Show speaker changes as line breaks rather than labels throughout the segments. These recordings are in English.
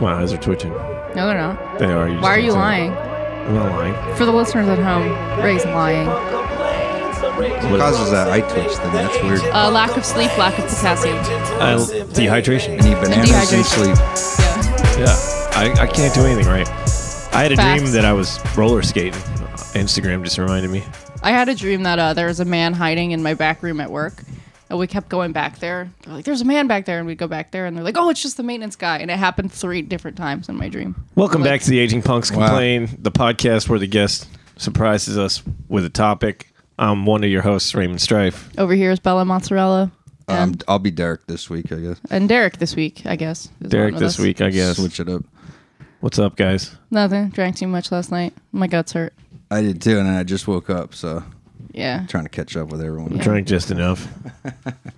My eyes are twitching.
No, they're not.
They are.
Why are
just can't see
you lying?
it. I'm not lying.
For the listeners at home, Ray's lying.
What causes that eye twitch then? That's weird.
Uh, lack of sleep, lack of potassium.
I, dehydration.
I need bananas and
dehydration.
sleep.
Yeah, I, I can't do anything right. I had a dream
Facts.
that I was roller skating. Instagram just reminded me.
I had a dream that uh, there was a man hiding in my back room at work. And we kept going back there. They're like, there's a man back there. And we'd go back there. And they're like, oh, it's just the maintenance guy. And it happened three different times in my dream.
Welcome
Like-
back to the Aging Punks
Wow.
Complain, the podcast where the guest surprises us with a topic. I'm one of your hosts, Raymond Strife.
Over here is Bella Mozzarella
Um, I'll be Derek this week, I guess.
and Derek this week, I guess. is
Derek
on with
this
us.
week, uh, I guess.
Switch it up.
What's up, guys?
Nothing. Drank too much last night. My guts hurt.
I did too, and I just woke up, so
Yeah.
trying to catch up with everyone.
Drank just enough.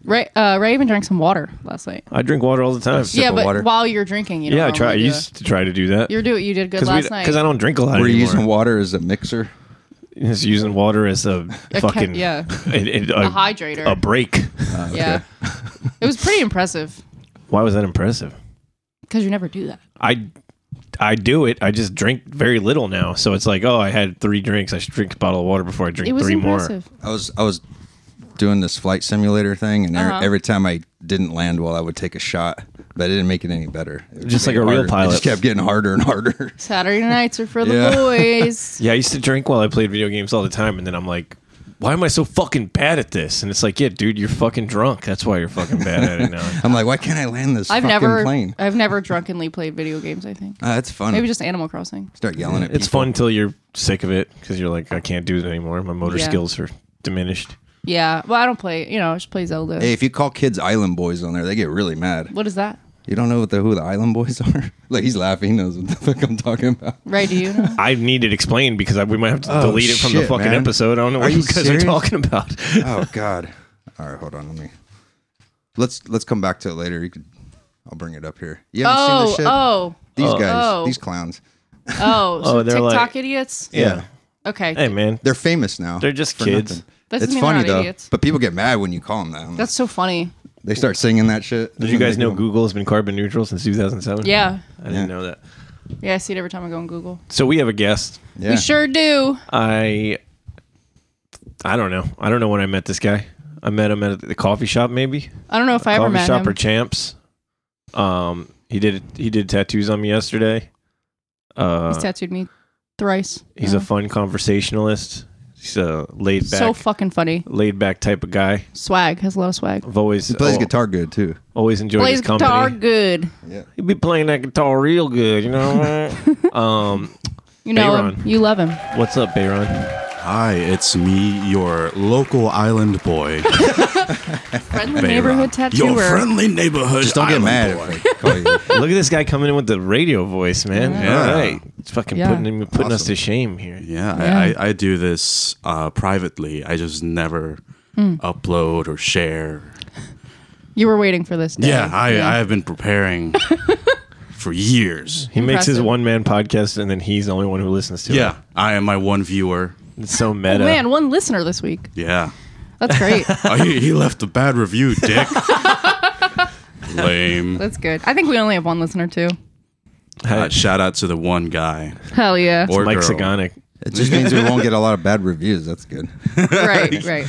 Ray, uh, Ray even drank some water last night.
I drink water all the time.
Sip
yeah,
of
but
water.
while you're drinking, you don't
yeah, I try. I
normally do
used to try to do that.
You're do you did good
Because
last night.
I don't drink a lot
We're
anymore.
using water as a mixer.
Just using water as a,
ca-
fucking
yeah.
it- it- a,
a hydrator.
a break.
Yeah, it was pretty impressive
Why was that impressive?
because you never do that.
I I do it. I just drink very little now. So it's like, oh, I had three drinks. I should drink a bottle of water before I drink
It was
three more.
impressive.
I was I was doing this flight simulator thing, and every,
Uh-huh.
every time I didn't land well, I would take a shot, but it didn't make it any better. It
Just
made
like a
it
real
harder. It
pilot.
just kept getting harder and harder.
Saturday nights are for the
Yeah.
boys.
Yeah, I used to drink while I played video games all the time, and then I'm like, why am I so fucking bad at this? And it's like, yeah, dude, you're fucking drunk. That's why you're fucking bad at it now.
I'm like, why can't I land this
I've
fucking
never
plane?
I've never drunkenly played video games. I think
Uh, that's fun.
maybe just Animal Crossing.
start yelling at
It's
people.
fun until you're sick of it because you're like, I can't do it anymore. My motor
Yeah.
skills are diminished.
Yeah, well, I don't play. You know, I just play Zelda.
Hey, if you call kids Island Boys on there, they get really mad.
What is that?
You don't know what the, who the Island Boys are? like he's laughing. He knows what the fuck I'm talking about.
Ray, do you know?
I need it explained because I, we might have to
Oh,
delete it from the
shit,
fucking
man.
episode. I don't know what
Are
you,
you
guys
serious?
are talking about.
Oh God. All right, hold on. Let me. Let's let's come back to it later. You could. I'll bring it up here. You haven't seen
oh,
this shit.
oh,
these guys,
Oh.
these clowns.
oh, so
Oh, they're
TikTok
like-
idiots.
Yeah.
Okay,
Hey, man.
They're famous now.
They're just
for
kids.
nothing.
That doesn't
It's
mean they're
funny
not
though,
idiots.
but people get mad when you call them that.
that's so funny.
they start singing that shit.
Did you guys know Google has been carbon neutral since 2007?
Yeah,
I didn't
Yeah.
know that.
yeah, I see it every time I go on Google.
So we have a guest.
Yeah.
We sure do.
I I don't know. I don't know when I met this guy. I met him at the coffee shop, maybe
I don't know if I ever
coffee
met
shop
him.
or Champs. Um, he did he did tattoos on me yesterday. Uh,
He's tattooed me thrice.
he's
Yeah.
a fun conversationalist. He's a laid back,
so fucking funny.
laid back type of guy.
Swag has a lot of swag.
I've always
He plays
al-
guitar good too.
Always enjoyed
Plays
his company.
guitar good.
Yeah.
He'd be playing that guitar real good. You know. what I mean? um,
You know
Bayron.
him. You love him.
what's up, Bayron?
Hi, it's me, your local island boy.
Friendly neighborhood
Your
tattooer.
friendly neighborhood.
Just don't get mad
island boy.
if I call you.
Look at this guy coming in with the radio voice, man.
Yeah.
All right. It's fucking
Yeah.
putting, him, putting us
Awesome.
to shame here.
Yeah,
Yeah.
I, I, I do this uh, privately. I just never upload or share.
You were waiting for this. Day.
Yeah, I, I have been preparing for years.
He makes his
Impressive.
one man podcast and then he's the only one who listens to
Yeah, I am my one viewer.
it. It's so meta.
Man, one listener this week.
Yeah.
That's great.
Oh, he, he left a bad review, dick. Lame.
That's good. I think we only have one listener too.
Uh, shout out to the one guy.
Hell yeah.
Or
Mike
girl.
Sagonic.
It just means we won't get a lot of bad reviews. That's good.
right, right.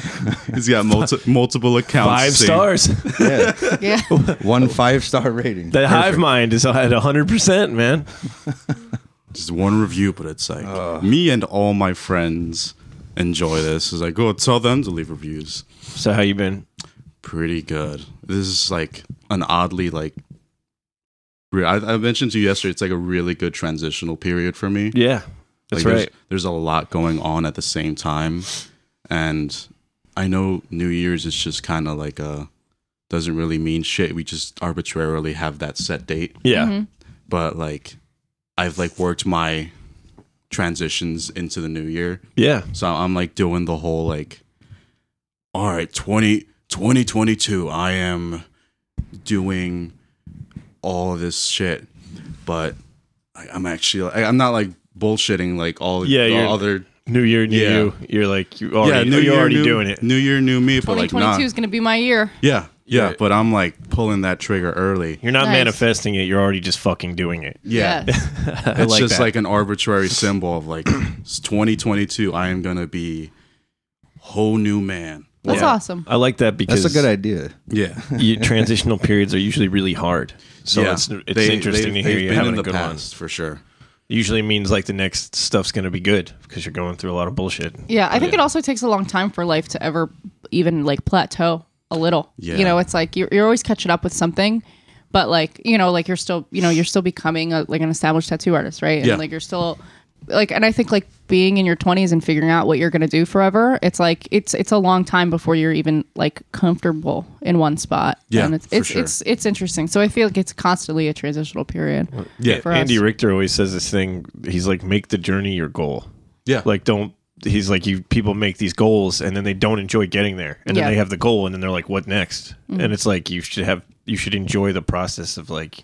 He's got multi- multiple accounts.
Five
saying-
stars.
Yeah.
Yeah.
One five star rating.
The hive mind is at 100%, man.
just one review, but it's like
Uh.
me and all my friends enjoy this. It's like, go tell them to leave reviews.
So, how you been?
Pretty good. This is like an oddly like. re- I, I mentioned to you yesterday. It's like a really good transitional period for me.
Yeah. That's
Like,
right.
There's, there's a lot going on at the same time, and I know New Year's is just kind of like a doesn't really mean shit. We just arbitrarily have that set date
Yeah.
Mm-hmm.
but like I've like worked my transitions into the new year.
Yeah.
So I'm like doing the whole like all right, 20 2022 I am doing all of this shit, but I, I'm actually I, I'm not like bullshitting like all
Yeah,
the
you're-
other
New year, new
Yeah.
you. You're like, you already,
new
you're
year,
already
new-
doing it.
New year, new me, but like
2022
not.
is going to be my year.
Yeah, Yeah, but I'm like pulling that trigger early.
You're not
Nice.
manifesting it. You're already just fucking doing it.
Yeah.
I
It's
like
just
that.
like an arbitrary symbol of like it's 2022 I am going to be whole new man.
That's
Yeah.
awesome.
I like that because
That's a good idea.
Yeah.
you, transitional periods are usually really hard. So
Yeah.
it's it's
They-
interesting
they've-
to hear
they've
you
been
having
in
a
the
good
past for sure.
one. Usually means like the next stuff's gonna be good because you're going through a lot of bullshit.
Yeah, I think
Yeah.
it also takes a long time for life to ever even like plateau a little.
Yeah.
You know, it's like you're, you're always catching up with something, but like, you know, like you're still, you know, you're still becoming a, like an established tattoo artist, right? And
Yeah.
like you're still like and I think like being in your 20s and figuring out what you're going to do forever, it's like it's it's a long time before you're even like comfortable in one spot.
Yeah,
And it's
for
it's
sure.
it's it's interesting. So I feel like it's constantly a transitional period.
Yeah.
For
Andy
us.
Richter always says this thing. He's like, make the journey your goal.
Yeah.
Like, don't. He's like, you people make these goals and then they don't enjoy getting there, and then
Yeah. Mm-hmm.
they have the goal, and then they're like, what next? And it's like you should have you should enjoy the process of like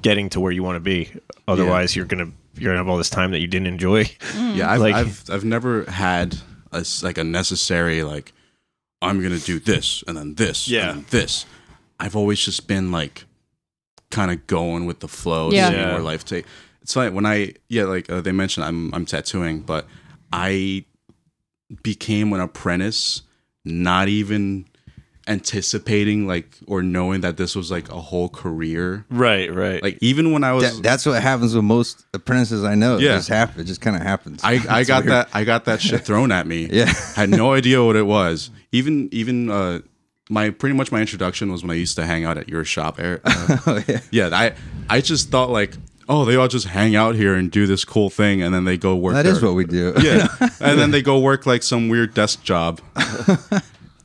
getting to where you want to be. Otherwise, you're gonna you're gonna have all this time that you didn't enjoy.
Yeah,
Mm-hmm.
I've,
Like-
I've I've never had a s- like a necessary like I'm gonna do this and then this
Yeah.
and then this. I've always just been like kind of going with the flow,
Yeah.
seeing
Yeah.
where life take. It's like when I yeah like uh, they mentioned I'm I'm tattooing, but I became an apprentice, not even anticipating like or knowing that this was like a whole career.
Right. Right.
Like even when I was
That, that's what happens with most apprentices I know.
Yeah.
It just happens. It just kind of happens.
I, I
It's
got
weird.
that I got that shit thrown at me.
Yeah.
had no idea what it was. Even even uh, my pretty much my introduction was when I used to hang out at your shop. Eric. Uh,
Oh, yeah.
yeah, I I just thought like, oh, they all just hang out here and do this cool thing, and then they go work.
That
their-
is what we do.
Yeah, and then they go work like some weird desk job.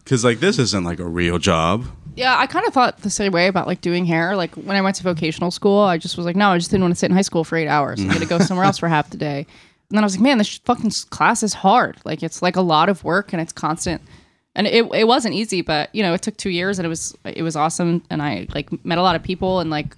Because like this isn't like a real job.
Yeah, I kind of thought the same way about like doing hair. Like when I went to vocational school, I just was like, no, I just didn't want to sit in high school for eight hours. I'm gonna go somewhere else for half the day. And then I was like, man, this fucking s- class is hard. Like it's like a lot of work and it's constant. And it, it wasn't easy, but you know, it took two years and it was it was awesome. And I like met a lot of people and like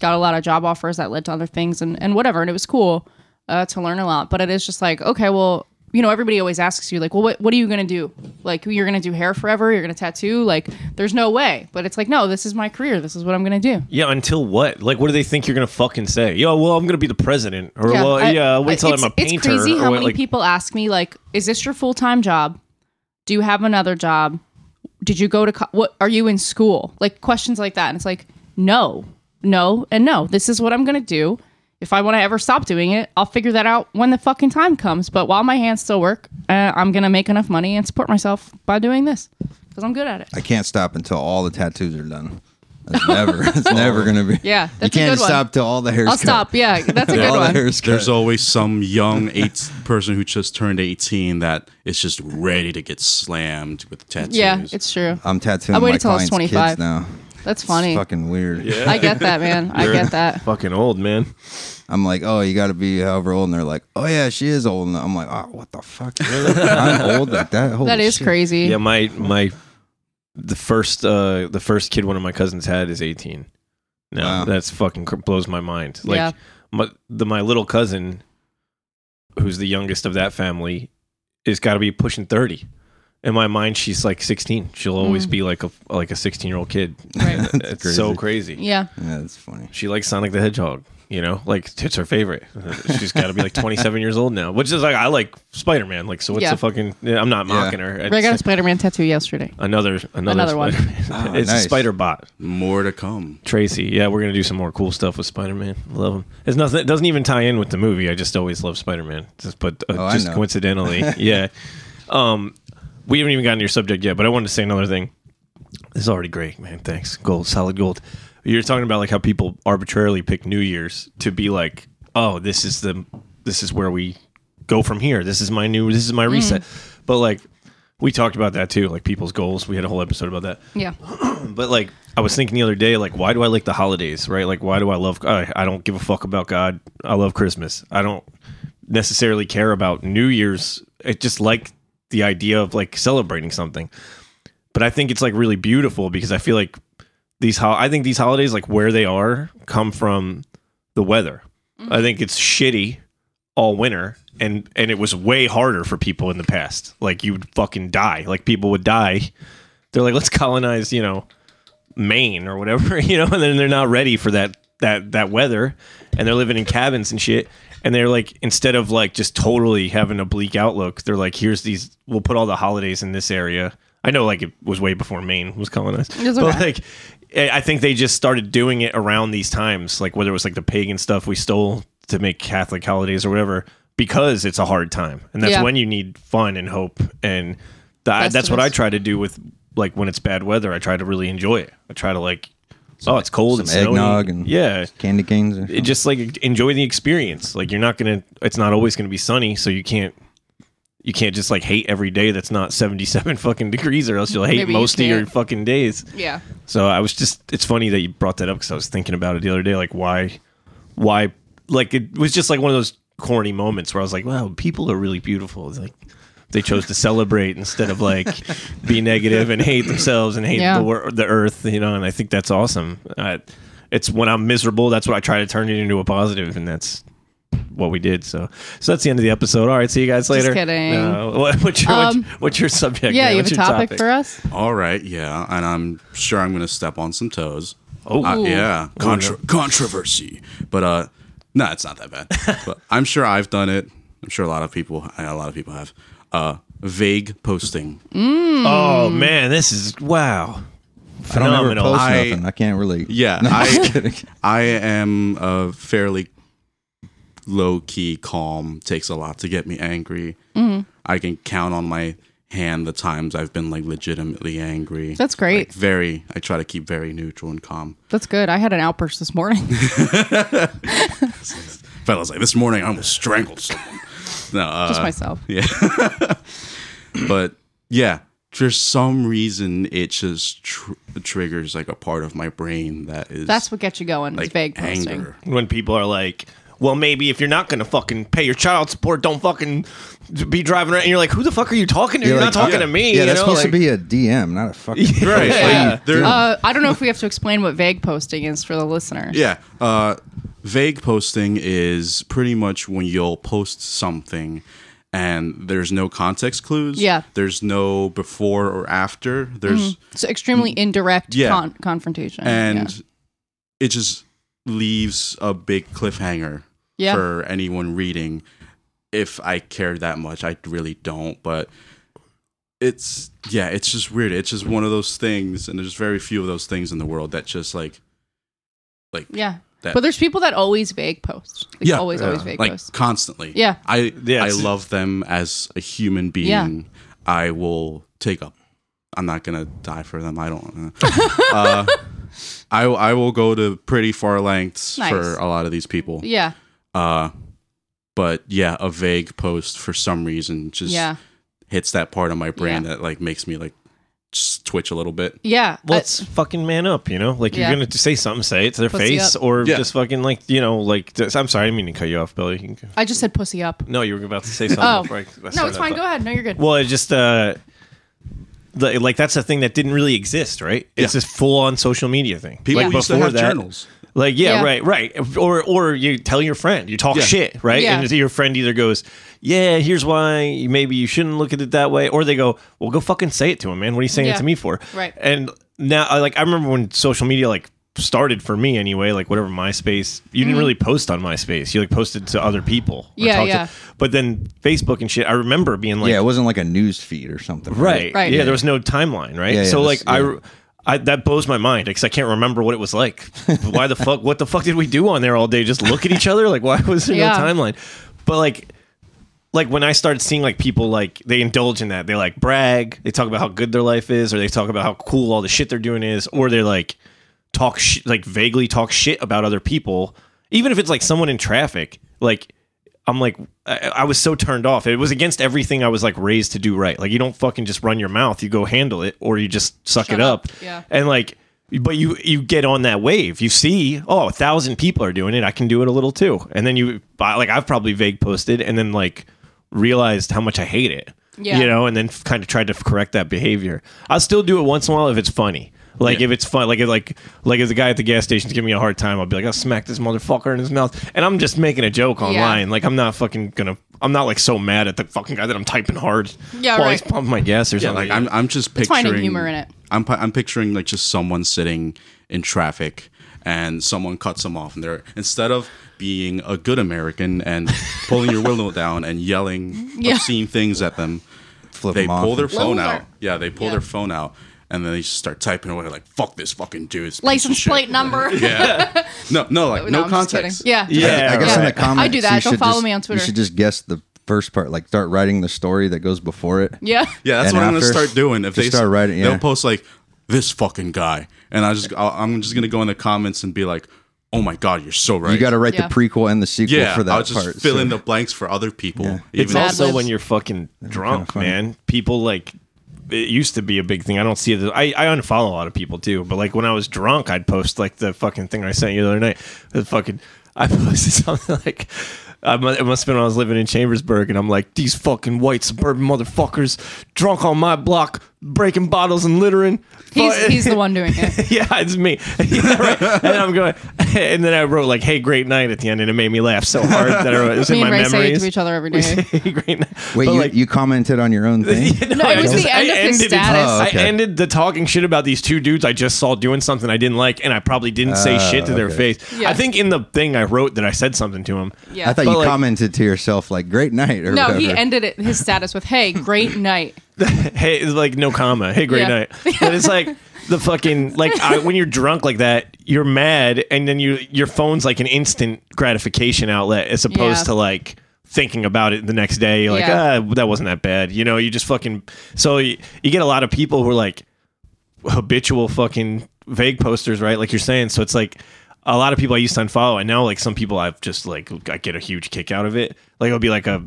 got a lot of job offers that led to other things and, and whatever. And it was cool uh, to learn a lot. But it is just like, okay, well, you know, everybody always asks you, like, well, what, what are you going to do? Like, you're going to do hair forever? You're going to tattoo? Like, there's no way. But it's like, no, this is my career. This is what I'm going to do.
Yeah, until what? Like, what do they think you're gonna fucking say? Yo, well, I'm gonna be the president, or well,
I-
yeah, wait till
it's-
I'm a painter.
It's crazy
or
how
what,
many
like-
people ask me, like, is this your full time job? Do you have another job? Did you go to co- what? Are you in school? Like questions like that, and it's like, no, no, and no. This is what I'm gonna do. If I want to ever stop doing it, I'll figure that out when the fucking time comes. But while my hands still work, uh, I'm gonna make enough money and support myself by doing this because I'm good at it.
I can't stop until all the tattoos are done. That's never. It's never gonna be.
Yeah,
you
that's a
can't
good one.
stop till all the hairs.
I'll
cut.
stop. Yeah, that's a
Till
good
all the
one.
hairs.
There's
Cut.
always some young eight person who just turned 18 that is just ready to get slammed with tattoos.
Yeah, it's true.
I'm tattooing
I waited
my
till I was
clients'
25.
kids now.
That's
It's
funny.
fucking weird.
I get that, man. I get that.
fucking old man.
I'm like, oh, you got to be however old, and they're like, oh yeah, she is old. And I'm like, oh, what the fuck? Really? I'm old like that. Holy
That is
shit.
crazy.
Yeah, my my the first uh the first kid one of my cousins had is 18. No,
Wow.
that's fucking cr- blows my mind. Like
Yeah.
my the my little cousin who's the youngest of that family is got to be pushing 30. In my mind she's like 16. She'll
Mm.
always be like a like a 16-year-old kid.
Right.
it's so crazy.
Yeah.
Yeah, that's funny.
She likes Sonic the Hedgehog. You know, like it's her favorite. She's got to be like 27 years old now, which is like I like Spider Man. Like, so what's
Yeah.
the fucking? yeah, I'm not
Yeah.
mocking her.
Ray got a
It's-
Spider Man tattoo yesterday.
another another,
Another one.
Spider-Man.
Ah,
it's
nice.
a spider bot,
more to come.
Tracy. Yeah, we're gonna do some more cool stuff with Spider Man. Love him. It's nothing. It doesn't even tie in with the movie. I just always love Spider Man. Just but uh,
Oh, I
just
know.
coincidentally, yeah. Um, we haven't even gotten to your subject yet, but I wanted to say another thing. This is already great, man. Thanks, gold, solid gold. You're talking about like how people arbitrarily pick New Year's to be like, oh, this is the this is where we go from here. This is my new. This is my reset. But like. We talked about that too, like people's goals. We had a whole episode about that
Yeah.
but like I was thinking the other day, like why do I like the holidays, right? Like why do I love? I, I don't give a fuck about God. I love Christmas. I don't necessarily care about New Year's. It just like the idea of like celebrating something. But I think it's like really beautiful because I feel like these. Ho- I think these holidays, like where they are, come from the weather. I think it's shitty all winter and and it was way harder for people in the past like you would fucking die like people would die they're like let's colonize you know Maine or whatever, you know, and then they're not ready for that that that weather, and they're living in cabins and shit. And they're like, instead of like just totally having a bleak outlook, they're like, here's these. We'll put all the holidays in this area. I know, like it was way before Maine was colonized,
It's
but
okay.
like, eh, I I think they just started doing it around these times, like whether it was like the pagan stuff we stole to make Catholic holidays or whatever, because it's a hard time, and that's
Yeah.
when you need fun and hope, and the, that's what I
Festivus.
try to do with like when it's bad weather. I try to really enjoy it. I try to like, oh, it's cold, it's
some
snowy.
eggnog and-
yeah,
Candy canes. Or
it just like enjoy the experience. Like you're not gonna, it's not always gonna be sunny, so you can't. You can't just like hate every day that's not 77 fucking degrees, or else you'll hate
Maybe you
most of your
can't.
fucking days.
Yeah.
So I was just it's funny that you brought that up because I was thinking about it the other day, like why why like it was just like one of those corny moments where I was like, Wow, people are really beautiful. It's like they chose to celebrate instead of like be negative and hate themselves and hate
Yeah.
the wor- the earth, you know, and I think that's awesome. Uh, it's when I'm miserable, that's what I try to turn it into a positive, and that's what we did. So, so that's the end of the episode. All right, see you guys later.
kidding.
No, what, what's, your, what's-
Um,
what's, your subject?
Yeah,
man?
you have
What's
a
your
topic, for us?
All right, yeah, and I'm sure I'm gonna step on some toes.
Oh.
Uh,
Ooh.
yeah, Contra- controversy, but uh, no, it's not that bad. but I'm sure I've done it. I'm sure a lot of people, I- a lot of people have. Uh, vague posting.
Oh man, this is wow.
I don't ever
Phenomenal.
post
I-
nothing. I can't really.
Yeah,
No, I'm just
I
kidding.
I am uh, fairly low key, calm. Takes a lot to get me angry.
Mm-hmm.
I can count on my hand the times I've been like legitimately angry.
That's great.
Like, very. I try to keep very neutral and calm.
That's good. I had an outburst this morning.
Fella's like this morning I almost strangled someone. No, uh,
Just myself.
but yeah, for some reason it just tr- triggers like a part of my brain that is
That's what gets you going.
like
it's vague posting.
anger.
when people are like, well, maybe if you're not gonna fucking pay your child support, don't fucking be driving around. And you're like, who the fuck are you talking to? You're,
like,
not talking to
yeah.
me.
yeah,
you
that's
know?
supposed to
Like,
be a DM, not a fucking.
Right.
Yeah.
like, there-
Uh, I don't know if we have to explain what vague posting is for the listener.
Yeah. Uh, vague posting is pretty much when you'll post something and there's no context clues.
Yeah. Mm-hmm.
There's no before or after. There's
So extremely indirect
Mm. Yeah.
con- confrontation.
and it just leaves a big cliffhanger
Yeah.
for anyone reading. If I care that much, I really don't, but it's yeah, it's just weird. It's just one of those things and there's very few of those things in the world that just like like
yeah. yeah.
That-
But there's people that always vague post. Like,
Yeah.
Always, always vague
like
post.
constantly.
Yeah.
I
Yeah,
I
it's-
love them as a human being.
Yeah.
I will take up. I'm not gonna die for them. I don't. uh, I I will go to pretty far lengths
Nice.
for a lot of these people.
Yeah.
Uh, but yeah, a vague post for some reason just
Yeah.
hits that part of my brain
Yeah.
that like makes me like just twitch a little bit.
Yeah. I-
Let's fucking man up, you know. Like
Yeah.
you're gonna say something, say it to their
Pussy
face,
up.
or
Yeah.
just fucking like you know, like just- I'm sorry, I didn't mean to cut you off, Billy. You can-
I, just said pussy up.
No, you were about to say something.
Oh.
before I- I
No,
started
it's
that
fine.
thought.
Go ahead. No, you're good.
Well, it just uh, the, like that's a thing that didn't really exist, right? It's
Yeah.
this full on social media thing.
People
like
used to have journals.
Like yeah,
Yeah.
right, right. Or or you tell your friend, you talk
Yeah.
shit, right?
Yeah.
And your friend either goes, "Yeah, here's why maybe you shouldn't look at it that way," or they go, "Well, go fucking say it to him, man. What are you saying
Yeah.
it to me for?"
Right.
And now, I like I remember when social media like started for me anyway, like whatever MySpace. You didn't really post on MySpace. You like posted to other people. or
Mm-hmm. Yeah,
talked to-
yeah.
but then Facebook and shit. I remember being like,
yeah, it wasn't like a news feed or something.
Right.
Right.
Yeah, there was no timeline, right?
Yeah, yeah,
so like
that's-
I, I that blows my mind because I can't remember what it was like. why the fuck? What the fuck did we do on there all day? Just look at each other? Like why was there
Yeah.
no timeline? But like. Like when I started seeing like people like they indulge in that they like brag they talk about how good their life is or they talk about how cool all the shit they're doing is or they're like talk sh- like vaguely talk shit about other people even if it's like someone in traffic like i'm like I, I was so turned off it was against everything i was like raised to do right like you don't fucking just run your mouth you go handle it or you just suck
Shut
it up,
up. Yeah.
and like but you you get on that wave you see oh a thousand people are doing it i can do it a little too and then you I- like i've probably vague posted and then like realized how much i hate it
Yeah.
you know know, and then kind of tried to correct that behavior. I'll still do it once in a while if it's funny. Like if it's fun, like if, like like if the guy at the gas station's giving me a hard time, I'll be like, I'll smack this motherfucker in his mouth, and I'm just making a joke online. Like I'm not fucking gonna, I'm not like so mad at the fucking guy that I'm typing hard
Yeah,
while he's
right.
pumping my gas or
Yeah,
something.
like I'm I'm just
It's finding
picturing
humor in it.
I'm pi- I'm picturing like just someone sitting in traffic and someone cuts them off, and they're instead of being a good American and pulling your window down and yelling
Yeah.
obscene things at them,
Flip
they
them off
pull their
and-
phone
Those are-
out. yeah, they pull
Yeah.
their phone out, and then they just start typing away like "fuck this fucking dude." it's a piece of
License
shit."
plate number.
Yeah. no, no, like no,
I'm just kidding.
context.
Yeah.
Yeah.
I guess in
Yeah.
the comments,
I do that.
you
Don't
should
follow
just-
me on Twitter.
You should just guess the first part, like start writing the story that goes before it.
Yeah.
Yeah, that's
And
what I'm gonna
after,
start doing. If
just
they
start writing, yeah.
they'll post like this fucking guy, and I just I'll, I'm just gonna go in the comments and be like, "Oh my god, you're so right."
You got to write
Yeah.
the prequel and the sequel
yeah.
for that
I'll just
part.
fill
so-
in the blanks for other people. Even
It's
Mad
also
Libs.
when you're fucking drunk, man. People like it used to be a big thing. I don't see it. I, I unfollow a lot of people too, but like when I was drunk, I'd post like the fucking thing I sent you the other night. The fucking I posted something like. I mu- It must have been when I was living in Chambersburg, and I'm like, these fucking white suburban motherfuckers, drunk on my block, breaking bottles and littering.
He's,
Fu-
he's the one doing it.
yeah, it's me. Yeah, right. And I'm going, and then I wrote like, "Hey, great night" at the end, and it made me laugh so hard that I wrote, it's in
Me
my
and Ray say it to
memories.
each other every
We
day.
say great night.
Wait,
But,
you,
like,
you commented on your own thing.
no,
No, it
I
was
just-
the
I
end of his
ended it-
status.
Oh, okay.
I ended the talking shit about these two dudes I just saw doing something I didn't like, and I probably didn't say
Oh,
shit to their face.
Yeah.
I think in the thing I wrote that I said something to him.
Yeah.
I thought
But,
you
like-
commented to yourself like "Great night" or
no,
whatever.
he ended it, his status with, hey, great night.
hey, it's like no comma. Hey, great
Yeah.
night. But it's like the fucking like I, when you're drunk like that, you're mad, and then you your phone's like an instant gratification outlet as opposed
Yeah.
to like thinking about it the next day. You're like,
Yeah.
ah, that wasn't that bad. You know, you just fucking. So you, you get a lot of people who are like habitual fucking vague posters, right? Like you're saying. So it's like a lot of people I used to unfollow, and now like some people I've just like I get a huge kick out of it. Like it'll be like a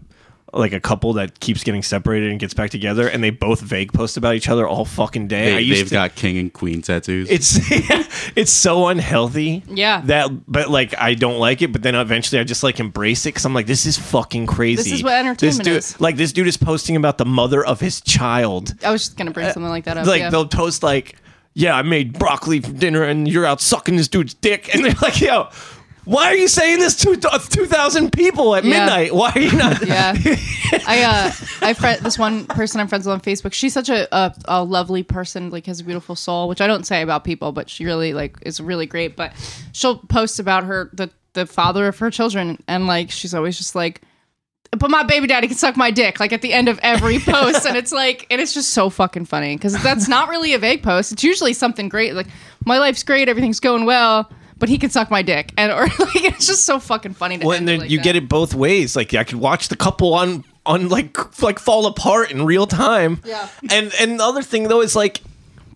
like a couple that keeps getting separated and gets back together, and they both vague post about each other all fucking day. I
They,
used
they've
to,
got king and queen tattoos.
it's it's so unhealthy.
Yeah.
That, but like I don't like it. But then eventually I just like embrace it because I'm like, this is fucking crazy.
This is what entertainment
dude,
is.
Like this dude is posting about the mother of his child
I was just going to
Uh,
bring something like that up.
like
yeah.
they'll post like, "Yeah, I made broccoli for dinner, and you're out sucking this dude's dick," and they're like, "Yo." Why are you saying this to two thousand people at
Yeah.
midnight? Why are you not?
Yeah, I uh, I friend this one person I'm friends with on Facebook. She's such a, a a lovely person, like has a beautiful soul, which I don't say about people, but she really like is really great. But she'll post about her the the father of her children, and like she's always just like, but my baby daddy can suck my dick, like at the end of every post, and it's like, and it's just so fucking funny because that's not really a vague post. It's usually something great, like my life's great, everything's going well. But he can suck my dick, and or like it's just so fucking funny. To
Well,
end
and then
like
you
that.
get it both ways. Like I could watch the couple on on like like fall apart in real time.
Yeah.
And and the other thing though is like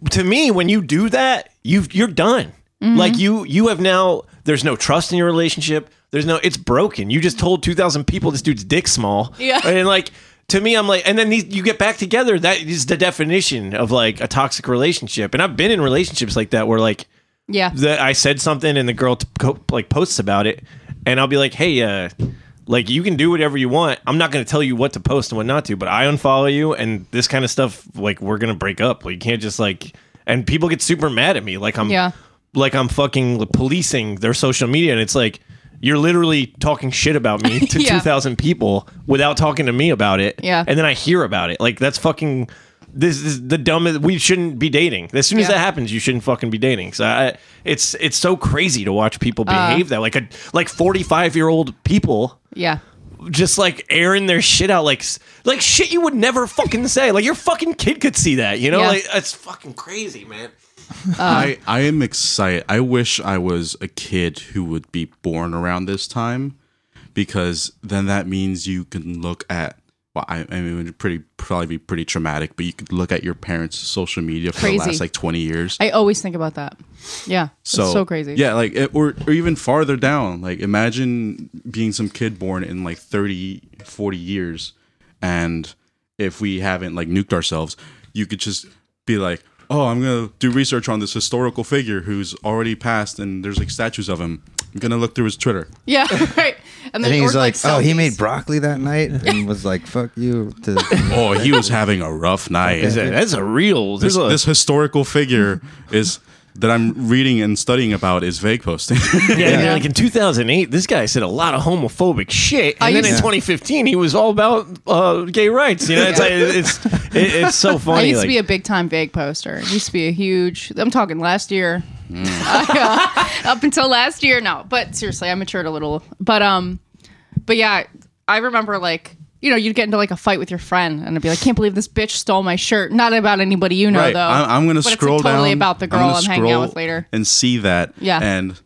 to me when you do that you you're done.
Mm-hmm.
Like you you have now there's no trust in your relationship. There's no it's broken. You just told two thousand people this dude's dick small.
Yeah.
And like to me I'm like and then these, you get back together. That is the definition of like a toxic relationship. And I've been in relationships like that where like
yeah,
that I said something and the girl t- co- like posts about it, and I'll be like, hey, uh, like you can do whatever you want. I'm not going to tell you what to post and what not to, but I unfollow you, and this kind of stuff, like we're going to break up. Like, you can't just like, and people get super mad at me, like I'm,
Yeah.
like I'm fucking policing their social media, and it's like. You're literally talking shit about me to
Yeah.
2,000 people without talking to me about it.
Yeah.
And then I hear about it. Like, that's fucking. This is the dumbest. We shouldn't be dating. As soon as
Yeah.
that happens, you shouldn't fucking be dating. So I, it's it's so crazy to watch people
Uh.
behave that like a like forty five year old people
yeah.
just like airing their shit out like s- like shit you would never fucking say. Like your fucking kid could see that. You know,
Yeah.
like it's fucking crazy, man. Uh,
I, I am excited. I wish I was a kid who would be born around this time because then that means you can look at well, I, I mean, it would pretty probably be pretty traumatic, but you could look at your parents' social media for
Crazy.
the last like twenty years.
I always think about that. Yeah. So,
so
it's so crazy.
Yeah, like it, or or even farther down. Like imagine being some kid born in like 30, 40 years, and if we haven't like nuked ourselves, you could just be like, oh, I'm gonna do research on this historical figure who's already passed, and there's like statues of him. I'm gonna look through his Twitter.
Yeah. Right. And
and
or,
he's like, "Oh, he
selfies.
made broccoli that night," and was like, "Fuck you." To,
Oh, he was having a rough night.
That's a real. There's
this historical figure is that I'm reading and studying about is vague posting.
Yeah, and then, like in 2008, this guy said a lot of homophobic shit, and
I
then in
used-
2015, he was all about uh, gay rights. You know, it's like, it's it, it's so funny.
I used to
like-
be a big time vague poster. It used to be a huge. I'm talking last year, I,
Mm.
uh, up until last year. No, but seriously, I matured a little. But um, but yeah, I remember like you know you'd get into like a fight with your friend, and I'd be like, can't believe this bitch stole my shirt. Not about anybody you know
right.
though.
I'm, I'm going
But
to
it's, like,
scroll down.
totally about the girl
gonna
I'm hanging out with
scroll
later.
and see that.
Yeah.
And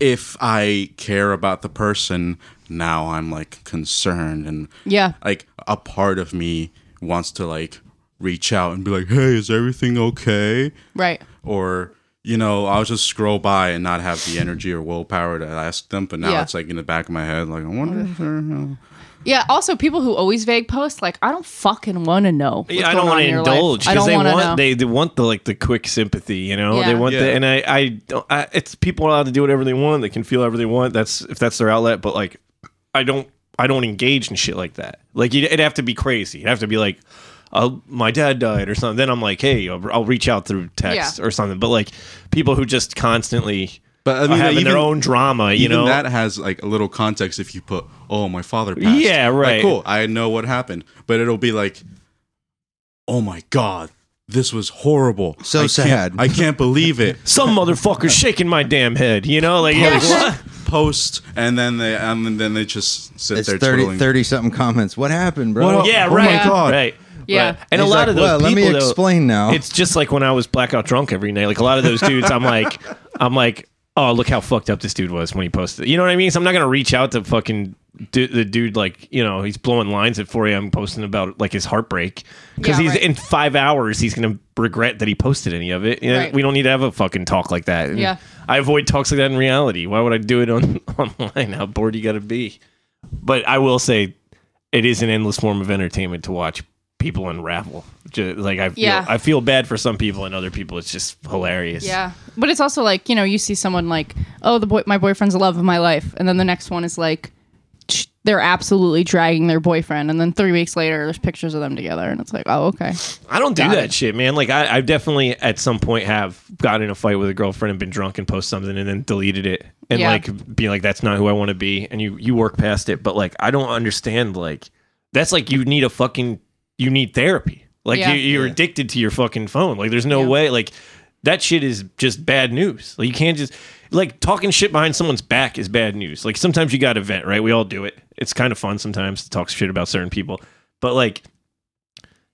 if I care about the person now, I'm like concerned and
Yeah.
like a part of me wants to like reach out and be like, hey, is everything okay?
right.
Or you know, I'll just scroll by and not have the energy or willpower to ask them. But now
Yeah.
it's like in the back of my head, like I wonder if they're.
Yeah. Also, people who always vague post, like, I don't fucking want to know. what's
Yeah, I don't
going on
want
in
to
your
indulge
life. I
because
don't
they
wanna
want
know.
they, they want the like the quick sympathy, you know. They
Yeah.
want the
Yeah.
and I I, don't, I it's people are allowed to do whatever they want. They can feel whatever they want. That's if that's their outlet. But like, I don't I don't engage in shit like that. Like you'd, it'd have to be crazy. It'd have to be like, oh, my dad died or something. Then I'm like, hey, I'll, I'll reach out through text
Yeah.
or something. But like people who just constantly.
But, I
are
mean,
having their
even-
own drama, you
Even
know.
that has like a little context if you put, oh, my father passed.
Yeah,
Like,
right.
cool. I know what happened, but it'll be like, oh my god, this was horrible.
So
I can't-
sad."
I can't believe it.
Some motherfucker's shaking my damn head, you know. Like, you're like, what?
Post, and then they and then they just sit
It's
there
30,
twiddling.
30 something comments. What happened, bro?
What-
Yeah,
Oh my
right.
God.
Right.
Yeah.
Right. And
He's
a lot
like,
of those
"Well, let
people
me
though,
explain now."
It's just like when I was blackout drunk every night. Like a lot of those dudes, I'm like I'm like, "Oh, look how fucked up this dude was when he posted." You know what I mean? So I'm not going to reach out to fucking du- the dude like, you know, he's blowing lines at 4 a.m. posting about like his heartbreak because
Yeah,
he's
right.
in 5 hours he's going to regret that he posted any of it. You know,
Right.
we don't need to have a fucking talk like that. And
Yeah.
I avoid talks like that in reality. Why would I do it on online? How bored you got to be? But I will say it is an endless form of entertainment to watch people unravel. Just, like I feel,
Yeah.
I feel bad for some people and other people. It's just hilarious.
Yeah, but it's also like you know you see someone like oh the boy my boyfriend's the love of my life, and then the next one is like tch, they're absolutely dragging their boyfriend, and then three weeks later there's pictures of them together, and it's like oh okay
I don't do that shit, man. Like I, I definitely at some point have gotten in a fight with a girlfriend and been drunk and post something and then deleted it and
Yeah.
like be like that's not who I want to be and you you work past it. But like I don't understand like that's like you need a fucking you need therapy. Like
Yeah.
you, you're addicted to your fucking phone. Like there's no way like that shit is just bad news. Like you can't just like talking shit behind someone's back is bad news. Like sometimes you got to vent, right? We all do it. It's kind of fun sometimes to talk shit about certain people, but like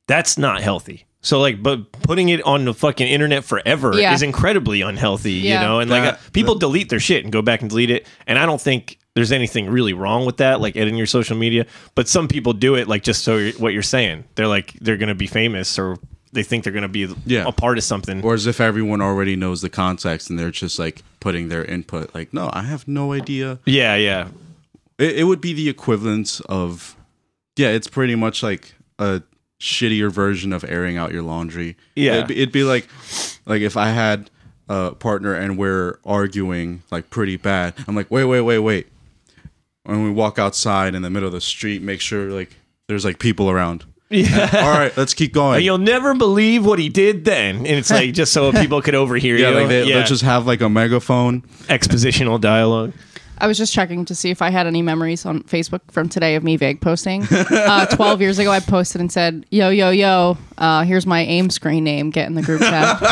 that's not healthy. So like, but putting it on the fucking internet forever
Yeah.
is incredibly unhealthy,
Yeah.
you know. And like,
That-
uh, people delete their shit and go back and delete it. And I don't think there's anything really wrong with that, like editing your social media. But some people do it, like just so you're, what you're saying. They're like they're gonna be famous or they think they're gonna be
Yeah.
a part of something.
or as if everyone already knows the context and they're just like putting their input. Like, no, I have no idea.
yeah, yeah,
It, it would be the equivalent of, yeah, it's pretty much like a shittier version of airing out your laundry.
Yeah.
it'd be, it'd be like, like if I had a partner and we're arguing like pretty bad. I'm like, wait, wait, wait, wait. And we walk outside in the middle of the street, make sure like there's like people around.
yeah.
All right, let's keep going.
And you'll never believe what he did then. And it's like just so people could overhear
yeah,
you.
like they,
yeah.
they'll just have like a megaphone.
expositional dialogue.
I was just checking to see if I had any memories on Facebook from today of me vague posting. Uh, 12 years ago, I posted and said, Yo, yo, yo, uh, here's my aim screen name. Get in the group chat.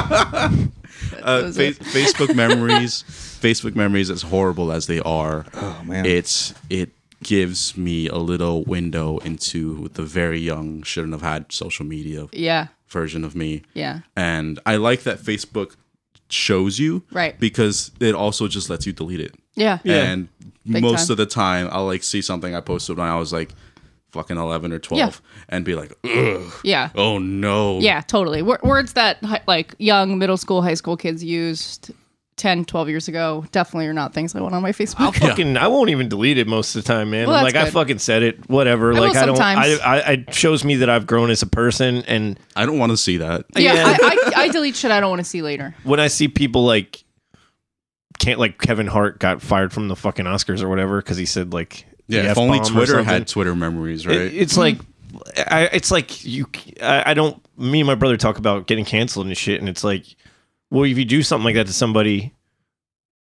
uh, fa- Facebook memories, Facebook memories, as horrible as they are,
oh, man.
it's it gives me a little window into the very young shouldn't have had social media
yeah.
version of me.
Yeah.
and I like that Facebook shows you
Right.
because it also just lets you delete it.
Yeah.
And most
time.
of the time, I'll like see something I posted when I was like fucking eleven or twelve, and be like, Ugh,
Yeah.
"Oh no,
Yeah, totally. W- words that hi- like young middle school, high school kids used 10, 12 years ago definitely are not things I want on my Facebook.
I'll fucking I won't even delete it most of the time, man.
Well,
I'm like
that's
I
good.
fucking said it, whatever.
will
like I don't I,
sometimes.
I it shows me that I've grown as a person and
I don't want to see that."
Yeah,
Yeah.
I, I, I delete shit I don't want to see later.
when I see people like can't like Kevin Hart got fired from the fucking Oscars or whatever cuz he said like the
Yeah, if only
F-bomb or
Twitter
something.
had Twitter memories, right?
It- it's like I, it's like you I, I don't me and my brother talk about getting canceled and shit and it's like well, if you do something like that to somebody,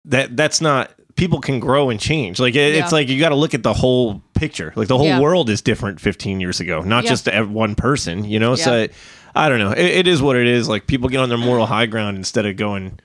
that that's not people can grow and change. Like it, it's
Yeah.
like you got to look at the whole picture. Like the whole
Yeah.
world is different 15 years ago, not
Yeah.
just ev- one person. You know, so
Yeah.
I don't know. It, it is what it is. Like people get on their moral high ground instead of going.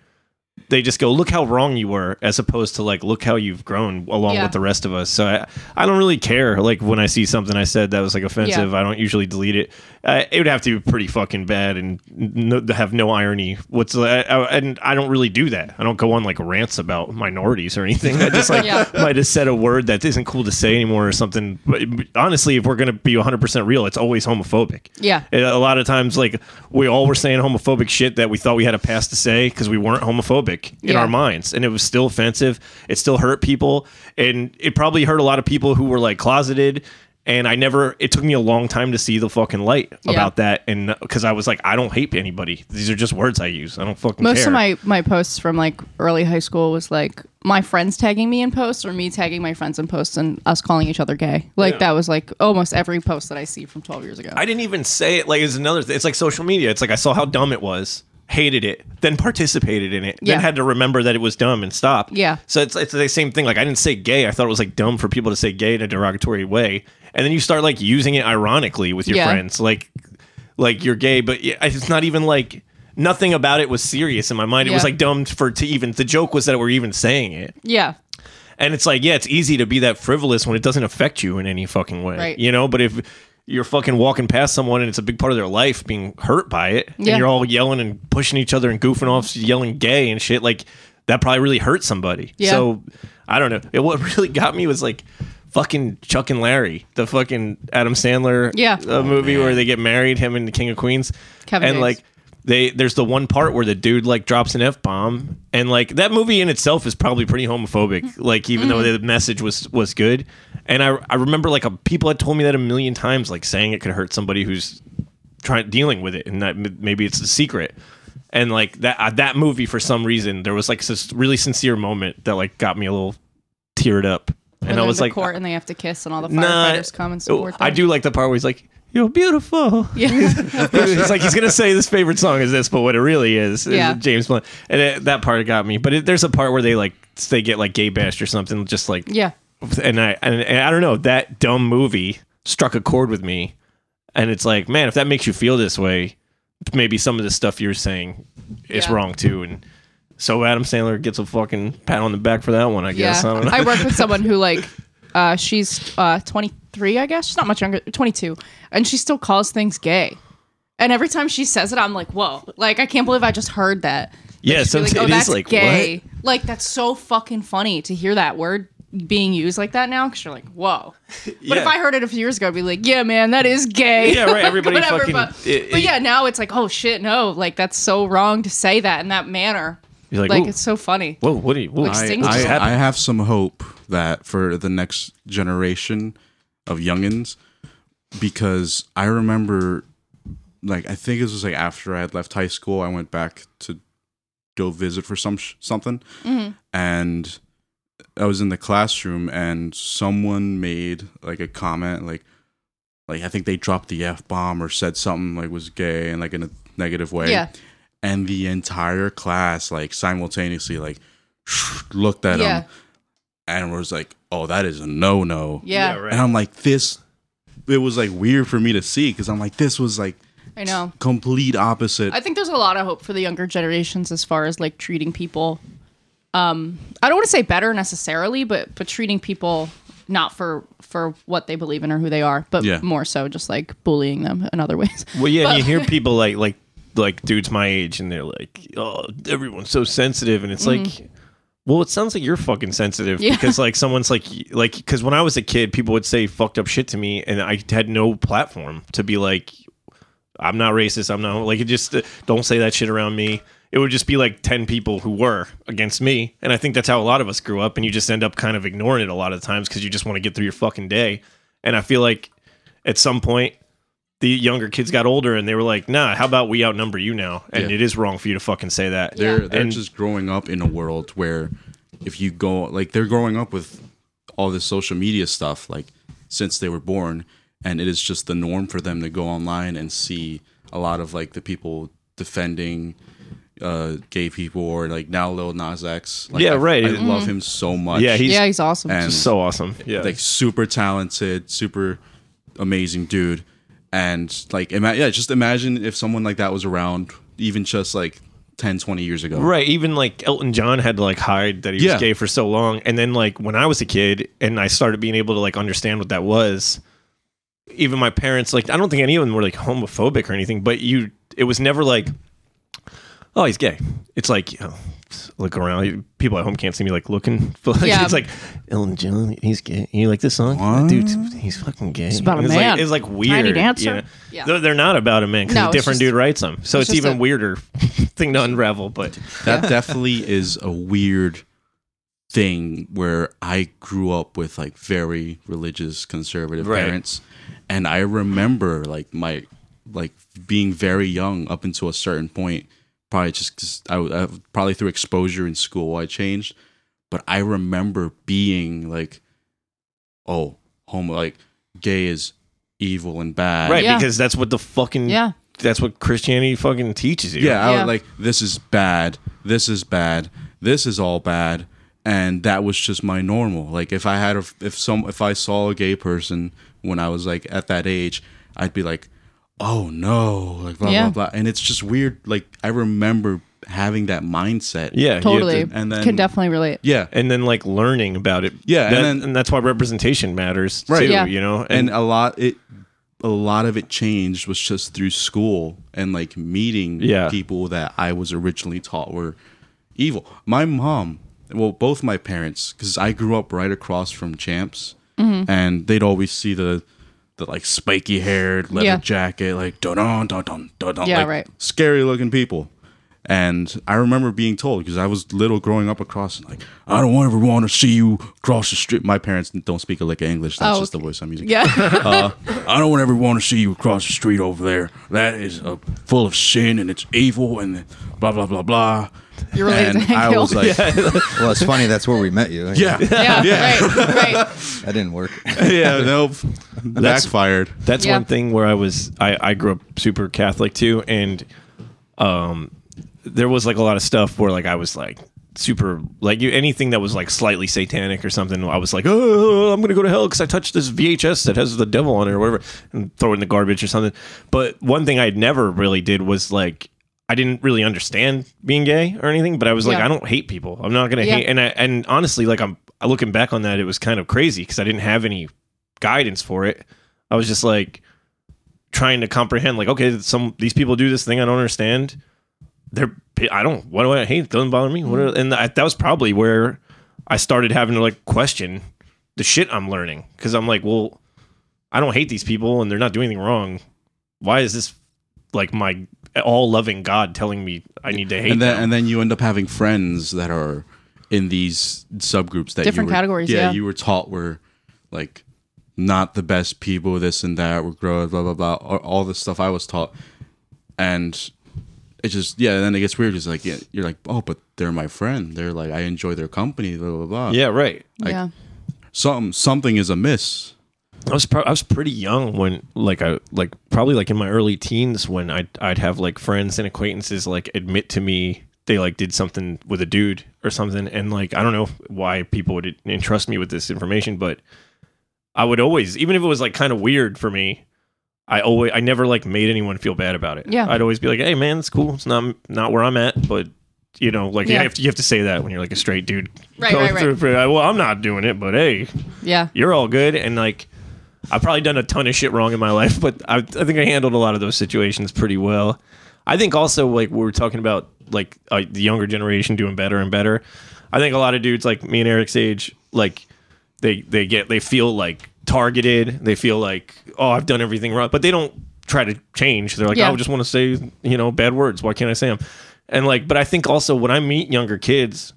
They just go, look how wrong you were, as opposed to like, look how you've grown along
Yeah.
with the rest of us. So I, I don't really care. Like when I see something I said that was like offensive, I don't usually delete it. Uh, it would have to be pretty fucking bad and no, to have no irony. What's I, I, and I don't really do that. I don't go on like rants about minorities or anything. I just like
Yeah.
might have said a word that isn't cool to say anymore or something. But but honestly, if we're gonna be 100 percent real, it's always homophobic.
Yeah.
It- a lot of times, like we all were saying homophobic shit that we thought we had a pass to say because we weren't homophobic in
Yeah.
our minds, and it was still offensive. It still hurt people, and it probably hurt a lot of people who were like closeted. And I never. It took me a long time to see the fucking light
Yeah.
about that, and because I was like, I don't hate anybody. These are just words I use. I don't fucking
Most
care.
of my my posts from like early high school was like my friends tagging me in posts or me tagging my friends in posts and us calling each other gay. Like that was like almost every post that I see from 12 years ago.
I didn't even say it. Like it's another. Th- it's like social media. It's like I saw how dumb it was, hated it, then participated in it,
Yeah.
then had to remember that it was dumb and stop.
Yeah.
So it's it's the same thing. Like I didn't say gay. I thought it was like dumb for people to say gay in a derogatory way, and then you start like using it ironically with your
Yeah.
friends, like like you're gay, but yeah, it's not even like. Nothing about it was serious in my mind. It was
Yeah.
like dumb for to even. The joke was that we're even saying it.
yeah.
And it's like, yeah, it's easy to be that frivolous when it doesn't affect you in any fucking way.
Right.
You know, but if you're fucking walking past someone and it's a big part of their life being hurt by it,
Yeah.
and you're all yelling and pushing each other and goofing off, yelling gay and shit, like that probably really hurt somebody.
Yeah.
So I don't know. It, what really got me was like fucking Chuck and Larry, the fucking Adam Sandler
Yeah.
uh, movie where they get married, him and the King of Queens.
Kevin
and
James.
like they there's the one part where the dude like drops an F bomb and like that movie in itself is probably pretty homophobic. Like even though
Mm-hmm.
the message was was good. And I I remember like a, people had told me that a million times, like saying it could hurt somebody who's trying dealing with it and that m- maybe it's the secret. And like that uh, that movie for some reason there was like this really sincere moment that like got me a little teared up. And
When
I
they're in
was
the
like
court and they have to kiss and all the
nah, oh,
firefighters come and support
I
them.
do like the part where he's like, "You're beautiful."
Yeah.
it's like he's gonna say his favorite song is this, but what it really is is
Yeah.
James Blunt, and it, that part got me. But it, there's a part where they like they get like gay bashed or something, just like
yeah.
And I and, and I don't know that dumb movie struck a chord with me, and it's like, man, if that makes you feel this way, maybe some of the stuff you're saying is
Yeah.
wrong too, and. So Adam Sandler gets a fucking pat on the back for that one, I
Yeah.
guess. I don't know.
I, worked with someone who like uh, she's uh, 23, I guess. She's not much younger, 22, and she still calls things gay. And every time she says it, I'm like, whoa! Like I can't believe I just heard that.
yeah, so
Be
it is
like, oh, that's
like
gay.
what?
Like that's so fucking funny to hear that word being used like that now because you're like, whoa. But if
Yeah.
I heard it a few years ago, I'd be like, yeah, man, that is gay.
Yeah, right,
Like,
everybody fucking-
But,
it-
but
it-
yeah, now it's like, oh shit, no, like that's so wrong to say that in that manner.
You're like, ooh.
it's so funny.
Whoa, what are you? Whoa,
Like,
I-
sing-
I-
Just
happened.
I, I have some hope that for the next generation of youngins, because I remember, like, I think it was like after I had left high school, I went back to go visit for some sh- something,
Mm-hmm.
and I was in the classroom, and someone made like a comment, like, like I think they dropped the f bomb or said something like was gay and like in a negative way,
Yeah.
and the entire class like simultaneously like looked at
Yeah.
him and was like, "Oh, that is a no no."
Yeah,
Yeah, right.
And I'm like, this. It was like weird for me to see because I'm like, this was like
I know.
complete opposite.
I think there's a lot of hope for the younger generations as far as like treating people. Um, I don't want to say better necessarily, but but treating people not for for what they believe in or who they are, but
Yeah.
more so just like bullying them in other ways.
Well, yeah, and you hear people like like like dudes my age, and they're like, "Oh, everyone's so sensitive," and it's like, well, it sounds like you're fucking sensitive
Yeah.
because like someone's like like because when I was a kid, people would say fucked up shit to me, and I had no platform to be like, "I'm not racist," "I'm not like it." Just uh, don't say that shit around me. It would just be like ten people who were against me, and I think that's how a lot of us grew up, and you just end up kind of ignoring it a lot of times because you just want to get through your fucking day. And I feel like at some point the younger kids got older and they were like, nah, how about we outnumber you now? And
Yeah.
it is wrong for you to fucking say that.
they're they're
And-
just growing up in a world where if you go like they're growing up with all this social media stuff like since they were born and it is just the norm for them to go online and see a lot of like the people defending uh, gay people or like now Lil Nas X. Like,
Yeah,
I-
right.
I
Mhm.
love him so much.
Yeah, he's
yeah, he's awesome.
and-
so awesome. Yeah,
like super talented, super amazing dude. And like, ima- yeah, just imagine if someone like that was around even just like 10, 20 years ago.
Right. Even like Elton John had to like hide that he
Yeah.
was gay for so long. And then like when I was a kid and I started being able to like understand what that was, even my parents, like, I don't think any of them were like homophobic or anything, but you, it was never like, oh, he's gay. It's like, you know, look around. People at home can't see me like looking. But like,
Yeah.
it's like, Elton John, he's gay. You like this song? That Dude, he's fucking gay. It's
about a
like-
man.
it's like weird.
dancer.
you know?
Yeah.
Though They're not about a man because
No,
a
it's
different
just-
dude writes them. So
it's
it's,
just
even
a-
weirder thing to unravel, but.
That definitely is a weird thing where I grew up with like very religious conservative
Right.
parents and I remember like my like being very young up until a certain point probably just 'cause I, w- I- probably through exposure in school I changed but I remember being like oh homo like gay is evil and bad
right
Yeah.
because that's what the fucking
Yeah.
that's what christianity fucking teaches you
Yeah, I
Yeah.
was like, this is bad. This is bad. This is all bad. And that was just my normal. Like if I had a, if some if I saw a gay person when I was like at that age, I'd be like, oh no, like blah
Yeah.
blah blah. And it's just weird. Like I remember having that mindset.
yeah you-
totally.
and then-
Can definitely relate.
Yeah.
and then like learning about it
Yeah, and
That-
then-
that's why representation matters
Right.
too
Yeah.
you know
and a lot it a lot of it changed was just through school and like meeting
Yeah.
people that I was originally taught were evil. My mom, well, both my parents, because I grew up right across from Champs,
Mm-hmm.
and they'd always see the the like spiky haired leather
Yeah.
jacket, like dun dun dun dun dun dun,
Yeah,
like,
right.
scary looking people. And I remember being told because I was little growing up across, like I don't ever want to see you cross the street. My parents don't speak a lick of English. That's
Oh,
just the
okay.
voice I'm using.
Yeah.
I don't ever want to see you across the street over there. That is uh, full of sin and it's evil and blah blah blah blah.
You're related
and
to Hank
I
Hill.
was like, yeah,
Well, it's funny. That's where we met you.
yeah,
yeah, Right. Right.
That didn't work.
nope, backfired.
that's
Yeah.
one thing where i was I, I grew up super catholic too and um there was like a lot of stuff where like i was like super like you anything that was like slightly satanic or something i was like oh i'm gonna go to hell because i touched this vhs that has the devil on it or whatever and throw it in the garbage or something but one thing i never really did was like i didn't really understand being gay or anything but i was like
Yeah.
i don't hate people i'm not gonna
Yeah.
hate and i and honestly like i'm looking back on that it was kind of crazy because i didn't have any guidance for it i was just like trying to comprehend like okay some these people do this thing i don't understand they're i don't what do i hate it doesn't bother me what
Mm-hmm.
are, and I, that was probably where i started having to like question the shit i'm learning because i'm like well i don't hate these people and they're not doing anything wrong why is this like my all loving god telling me i need to hate
And then
them
and then you end up having friends that are in these subgroups that
Different
you were,
categories, yeah.
you were taught were like not the best people. This and that were grow blah blah blah. All, all the stuff I was taught, and it just yeah. Then it gets weird. It's like yeah, you're like oh, but they're my friend. They're like I enjoy their company. Blah blah blah.
yeah right
yeah.
Something something is amiss.
I was pro- I was pretty young when like I like probably like in my early teens when I would I'd have like friends and acquaintances like admit to me they like did something with a dude or something and like I don't know why people would entrust me with this information but I would always even if it was like kind of weird for me I always I never like made anyone feel bad about it
Yeah.
I'd always be like hey man it's cool it's not not where I'm at but you know like you
Yeah.
have to you have to say that when you're like a straight dude
Right,
going
right, right.
through- well I'm not doing it but hey
Yeah.
you're all good and like i've probably done a ton of shit wrong in my life but I, I think i handled a lot of those situations pretty well i think also like we were talking about like uh, the younger generation doing better and better i think a lot of dudes like me and eric's age like they they get they feel like targeted they feel like oh i've done everything wrong but they don't try to change they're like
Yeah.
oh, i just want to say you know bad words why can't i say them and like but i think also when i meet younger kids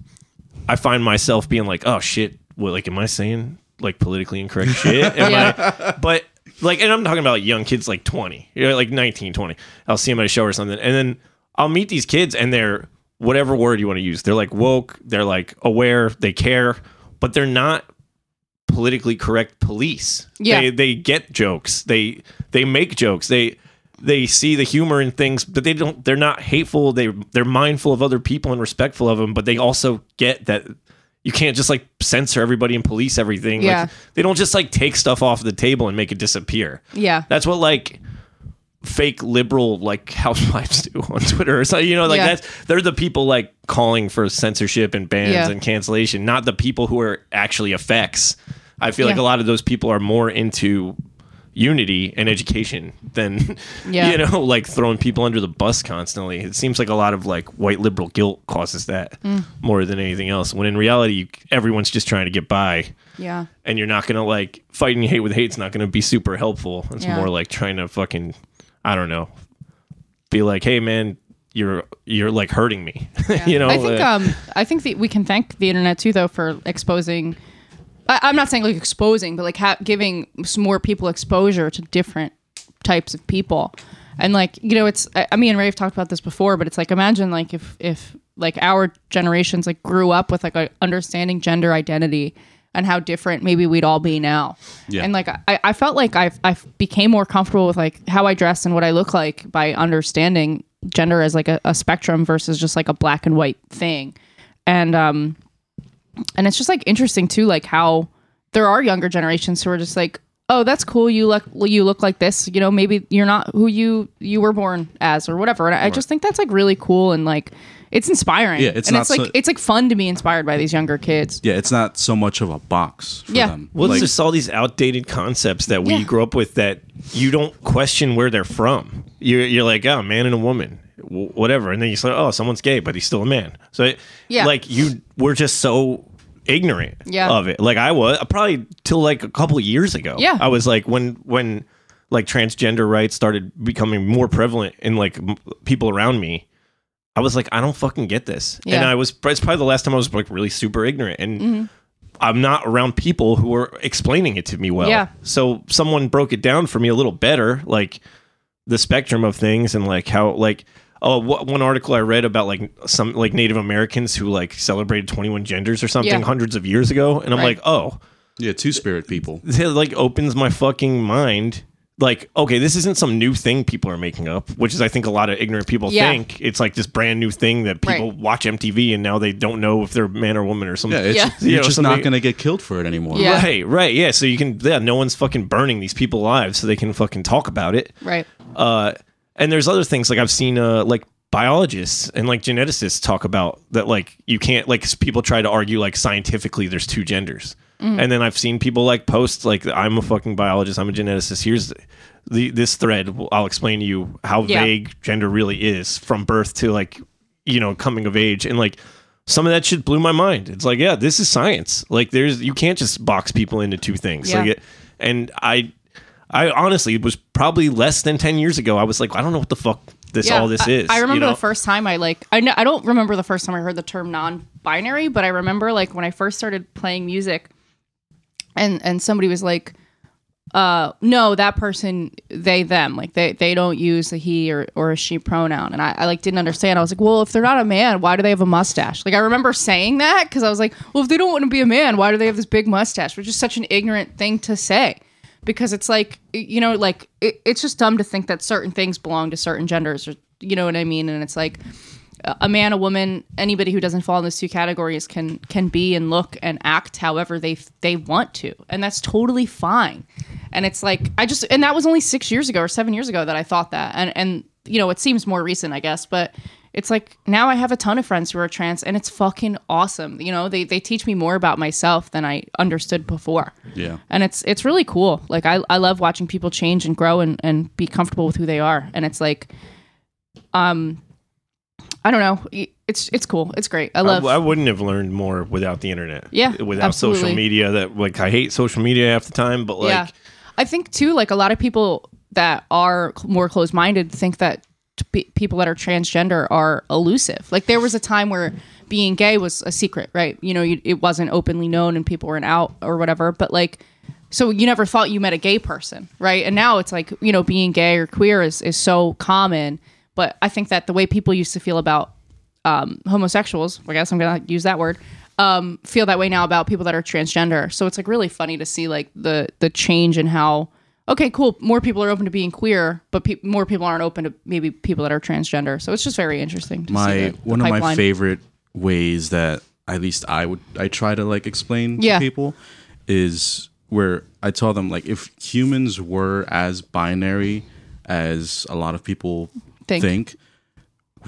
I find myself being like, oh shit, what like am I saying like politically incorrect shit? Am I, but like, and I'm talking about like, young kids like 20, you know, like 19, 20. I'll see them at a show or something, and then I'll meet these kids, and they're whatever word you want to use. They're like woke, they're like aware, they care, but they're not politically correct police.
Yeah.
They they get jokes. They they make jokes. They they see the humor in things, but they don't. They're not hateful. They they're mindful of other people and respectful of them, but they also get that you can't just like censor everybody and police everything.
Yeah.
Like, they don't just like take stuff off the table and make it disappear.
Yeah.
That's what like fake liberal like housewives do on Twitter. So you know, like
Yeah.
that's they're the people like calling for censorship and bans
Yeah.
and cancellation, not the people who are actually effects. I feel like
Yeah.
a lot of those people are more into unity and education than
Yeah.
you know, like throwing people under the bus constantly. It seems like a lot of like white liberal guilt causes that
Mm.
more than anything else. When in reality, you, everyone's just trying to get by
Yeah.
and you're not gonna like fighting hate with hate's not gonna be super helpful. It's
Yeah.
more like trying to fucking I don't know, be like, hey man, you're you're like hurting me. you
Oh,
know,
I think
uh,
um, I think that we can thank the internet too, though, for exposing. I, I'm not saying like exposing, but like ha- giving some more people exposure to different types of people, and like you know, it's I, I mean, Ray have talked about this before, but it's like imagine like if if like our generations like grew up with like a understanding gender identity and how different maybe we'd all be now.
Yeah.
And like I, I felt like I I became more comfortable with like how I dress and what I look like by understanding gender as like a, a spectrum versus just like a black and white thing. And um and it's just like interesting too like how there are younger generations who are just like oh that's cool you look you look like this you know maybe you're not who you you were born as or whatever and i, I just think that's like really cool and like it's inspiring
Yeah, it's
and
not
it's like
so-
it's like fun to be inspired by these younger kids
Yeah, it's not so much of a box for
Yeah.
them.
well,
Like-
it's just all these outdated concepts that we
Yeah.
grew up with that you don't question where they're from. You're, you're like, oh, a man and a woman, w- whatever. And then you say, oh, someone's gay, but he's still a man. So, it,
Yeah.
like, you we're just so ignorant
Yeah.
of it. Like, I was uh, probably till like a couple of years ago.
Yeah.
I was like, when, when like transgender rights started becoming more prevalent in like m- people around me, I was like, I don't fucking get this. And
Yeah. Mm-hmm.
I was, it's probably the last time I was like really super ignorant. And, I'm not around people who are explaining it to me well.
Yeah.
So someone broke it down for me a little better, like the spectrum of things and like how like oh wh- one article I read about like some like Native Americans who like celebrated 21 genders or something
Yeah.
hundreds of years ago, and I'm
Right.
like, oh,
yeah, two spirit people.
it like opens my fucking mind. Like, okay, this isn't some new thing people are making up, which is I think a lot of ignorant people
Yeah.
think. It's like this brand new thing that people
Right.
watch MTV and now they don't know if they're man or woman or something.
Yeah, it's,
Yeah.
You
you're
know,
just
somebody-
not gonna get killed for it anymore.
Yeah.
Right, right. Yeah. So you can, yeah, no one's fucking burning these people alive so they can fucking talk about it.
right
Uh, and there's other things like I've seen, uh, like biologists and like geneticists talk about that, like you can't, like s- people try to argue like scientifically there's two genders.
Mm.
And then I've seen people like post like I'm a fucking biologist, I'm a geneticist. Here's the this thread. I'll explain to you how
Yeah.
vague gender really is from birth to like you know coming of age and like some of that shit blew my mind it's like yeah this is science like there's you can't just box people into two things
Yeah.
like it, and i i honestly was probably less than 10 years ago i was like i don't know what the fuck this all this
I,
is
I remember
you know?
the first time I like I know I don't remember the first time I heard the term non-binary, but I remember like when I first started playing music and and somebody was like uh no, that person they them like they they don't use a he or or a she pronoun and I, I like didn't understand. I was like, "Well, if they're not a man, why do they have a mustache?" Like I remember saying that cuz I was like, "Well, if they don't want to be a man, why do they have this big mustache?" Which is such an ignorant thing to say because it's like you know like it, it's just dumb to think that certain things belong to certain genders or you know what i mean and it's like a a man a woman anybody who doesn't fall in those two categories can can be and look and act however they they want to and that's totally fine and it's like i just and that was only 6 years ago or 7 years ago that i thought that and and you know it seems more recent i guess but it's like now I have a ton of friends who are trans and it's fucking awesome. You know, they, they teach me more about myself than I understood before.
Yeah.
And it's it's really cool. Like I, I love watching people change and grow and, and be comfortable with who they are. And it's like um I don't know. It's it's cool. It's great. I love
I, I wouldn't have learned more without the internet.
Yeah,
Without social
absolutely.
media that like I hate social media half the time, but like
I think too, like a lot of people that are cl- more closed minded think that t- pe- people that are transgender are elusive. Like there was a time where being gay was a secret, right? You know, you, it wasn't openly known and people weren't out or whatever. But like, so you never thought you met a gay person, right? And now it's like, you know, being gay or queer is, is so common. But I think that the way people used to feel about um, homosexuals, I guess I'm gonna use that word, um, feel that way now about people that are transgender. So it's like really funny to see like the the change in how okay, cool, more people are open to being queer, but pe- more people aren't open to maybe people that are transgender. So it's just very interesting. To see
my
the- the
one of my
pipeline.
favorite ways that at least I would I try to like explain
Yeah.
to people is where I tell them like if humans were as binary as a lot of people
Think.
think,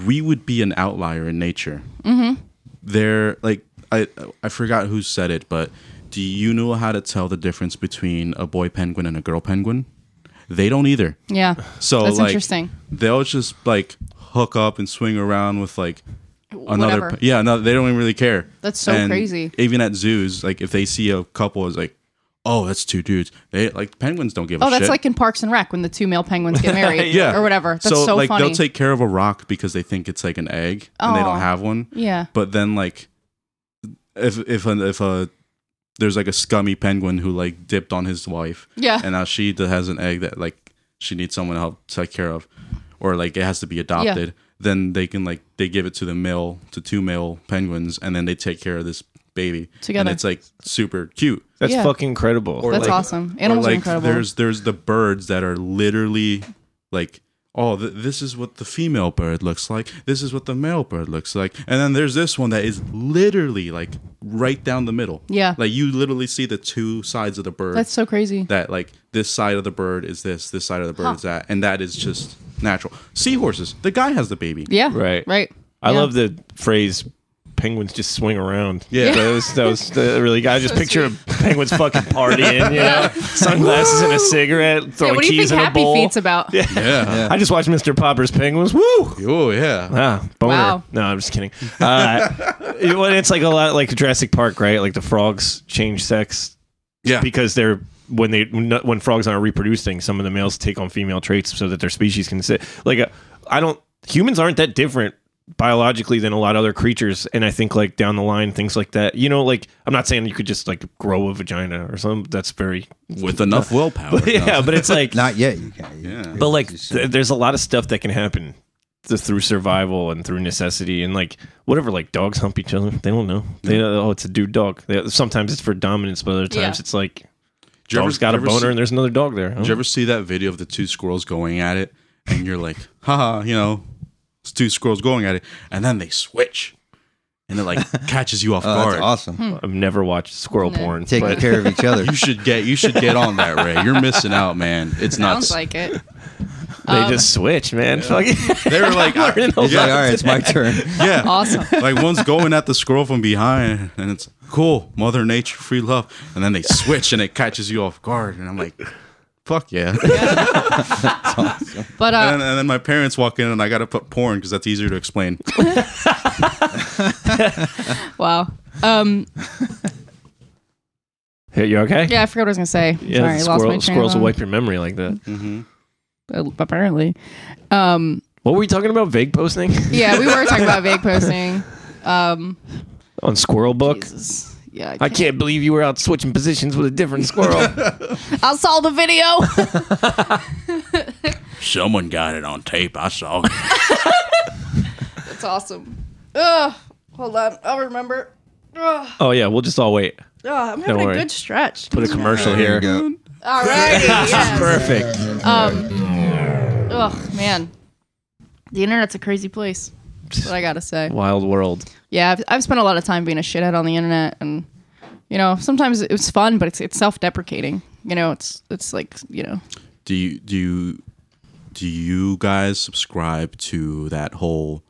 we would be an outlier in nature. Mm-hmm. They're like I I forgot who said it, but do you know how to tell the difference between a boy penguin and a girl penguin? They don't either.
Yeah.
So
That's
like,
interesting.
They'll just like hook up and swing around with like another.
Whatever.
Yeah, no, they don't even really care.
That's so
And
crazy.
Even at zoos, like if they see a couple, is like, oh, that's two dudes. They like penguins don't give a
Oh,
shit.
that's like in Parks and Rec when the two male penguins get married
yeah
or whatever. That's so,
so like
funny.
they'll take care of a rock because they think it's like an egg and they
Aw.
don't have one.
yeah.
But then like if if an, if a there's like a scummy penguin who like dipped on his wife
Yeah.
and now she that has an egg that like she needs someone to help take care of or like it has to be adopted then they can like they give it to the male to two male penguins and then they take care of this baby
Together.
and it's like super cute
That's
Yeah.
fucking incredible.
or
That's
like-
awesome. Animals
or
are
like
incredible.
there's there's the birds that are literally like oh th- this is what the female bird looks like this is what the male bird looks like and then there's this one that is literally like right down the middle
Yeah.
like you literally see the two sides of the bird
That's so crazy.
that like this side of the bird is this, this side of the bird is that, and that is just natural. Seahorses, the guy has the baby.
yeah.
Right.
Right.
I
Yeah.
love the phrase penguins just swing around.
Yeah.
That was, that was that really I just picture a penguins fucking partying, you know, sunglasses and a cigarette,
Yeah,
throwing
what do you
keys
think
in a
Happy
bowl.
Feet's about?
Yeah.
I just watched Mr. Popper's Penguins. Woo!
Oh yeah.
Ah, boner.
Wow.
No, I'm just kidding. Uh, it- well, it's like a lot like Jurassic Park, right? Like the frogs change sex
Yeah.
because they're when they when no- when frogs aren't reproducing, some of the males take on female traits so that their species can sit. Like uh, I don't humans aren't that different biologically than a lot of other creatures, and I think like down the line things like that. You know, like I'm not saying you could just like grow a vagina or something. That's very
With enough willpower.
yeah, but it's like
Not yet. You can't.
Yeah.
but like
It's
th- there's a lot of stuff that can happen th- through survival and through necessity and like whatever like dogs hump each other they don't know they know, oh it's a dude dog they, sometimes it's for dominance but other
Yeah.
times it's like
Do you ever-
dog's got a
do you ever
boner
see-
and there's another dog there
Did you ever see that video of the two squirrels going at it, and you're like, haha, you know, it's two squirrels going at it, and then they switch, and it like catches you off
Oh,
guard.
that's awesome.
i've never watched squirrel porn
Taking
Hmm. but
care of each other.
You should get you should get on that, Ray. You're missing out, man. It's
Sounds
nuts.
like it.
they
Um,
just switch man Fucking-
they were like, I-
Learning a
It's
lot.
like, all right, it's my turn.
yeah,
Awesome.
like one's going at the squirrel from behind and it's cool mother nature free love and then they switch and it catches you off guard and i'm like fuck yeah
But uh,
and, and then my parents walk in and i gotta put porn because that's easier to explain
wow. Um,
hey, you okay
yeah, I forgot what I was gonna say.
yeah
Sorry, I lost my
squirrel,
train
squirrels
of
will
thought.
wipe your memory like that
Uh, Apparently. Um,
what were we talking about vague posting
yeah, we were talking about vague posting. Um,
on squirrel book
Jesus. Yeah,
I can't believe you were out switching positions with a different squirrel.
I saw the video.
someone got it on tape i saw
That's awesome. Ugh, hold on, I'll remember. Ugh,
oh yeah, we'll just all wait.
ugh, I'm having a
worry.
good stretch.
Put a commercial
Here we
here.
go.
All right. yes.
Perfect.
Ugh, man, the internet's a crazy place. That's what I gotta say.
Wild world.
Yeah, I've, I've spent a lot of time being a shithead on the internet, and you know, sometimes it's fun, but it's it's self-deprecating. You know, it's it's like you know,
do you do you do you guys subscribe to that whole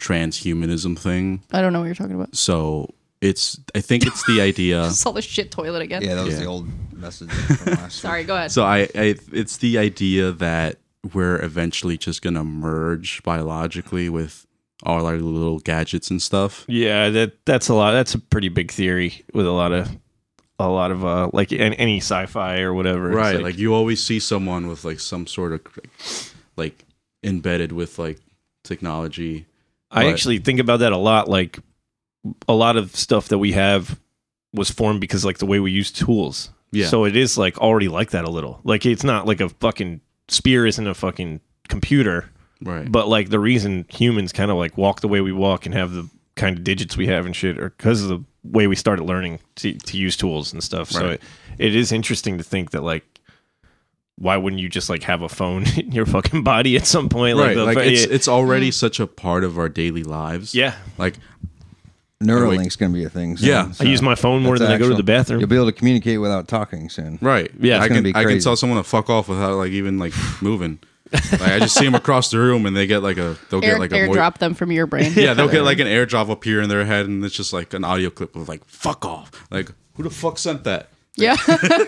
transhumanism thing
I don't know what you're talking about.
so it's i think it's the idea
Saw the shit toilet again.
Yeah, that was
Yeah.
the old message from last
Sorry, go ahead.
So I, I, it's the idea that we're eventually just gonna merge biologically with all our little gadgets and stuff.
Yeah, that that's a lot. That's a pretty big theory with a lot of a lot of uh like an- any sci-fi or whatever. It's
Like, you always see someone with like some sort of like, like embedded with like technology.
I
Right.
actually think about that a lot. Like a lot of stuff that we have was formed because like the way we use tools.
Yeah.
So it is like already like that a little. Like it's not like a fucking spear isn't a fucking computer,
Right.
but like the reason humans kind of like walk the way we walk and have the kind of digits we have and shit are because of the way we started learning to, to use tools and stuff. So
Right.
it, it is interesting to think that like why wouldn't you just like have a phone in your fucking body at some point?
right
the
like
fa-
it's
yeah.
it's already such a part of our daily lives
yeah.
like
Neuralink's going to be a thing. Soon,
Yeah. I
I use my phone more
that's
than I go to
actual-
the bathroom.
You'll be able to communicate without talking soon.
right
Yeah, it's
i
gonna
can
be
i can
crazy.
tell someone to fuck off without like even like moving like i just see them across the room and they get like a they'll
Air,
get like a voi-
airdrop them from your brain.
yeah they'll get like an airdrop up here in their head and it's just like an audio clip of like fuck off like who the fuck sent that
yeah.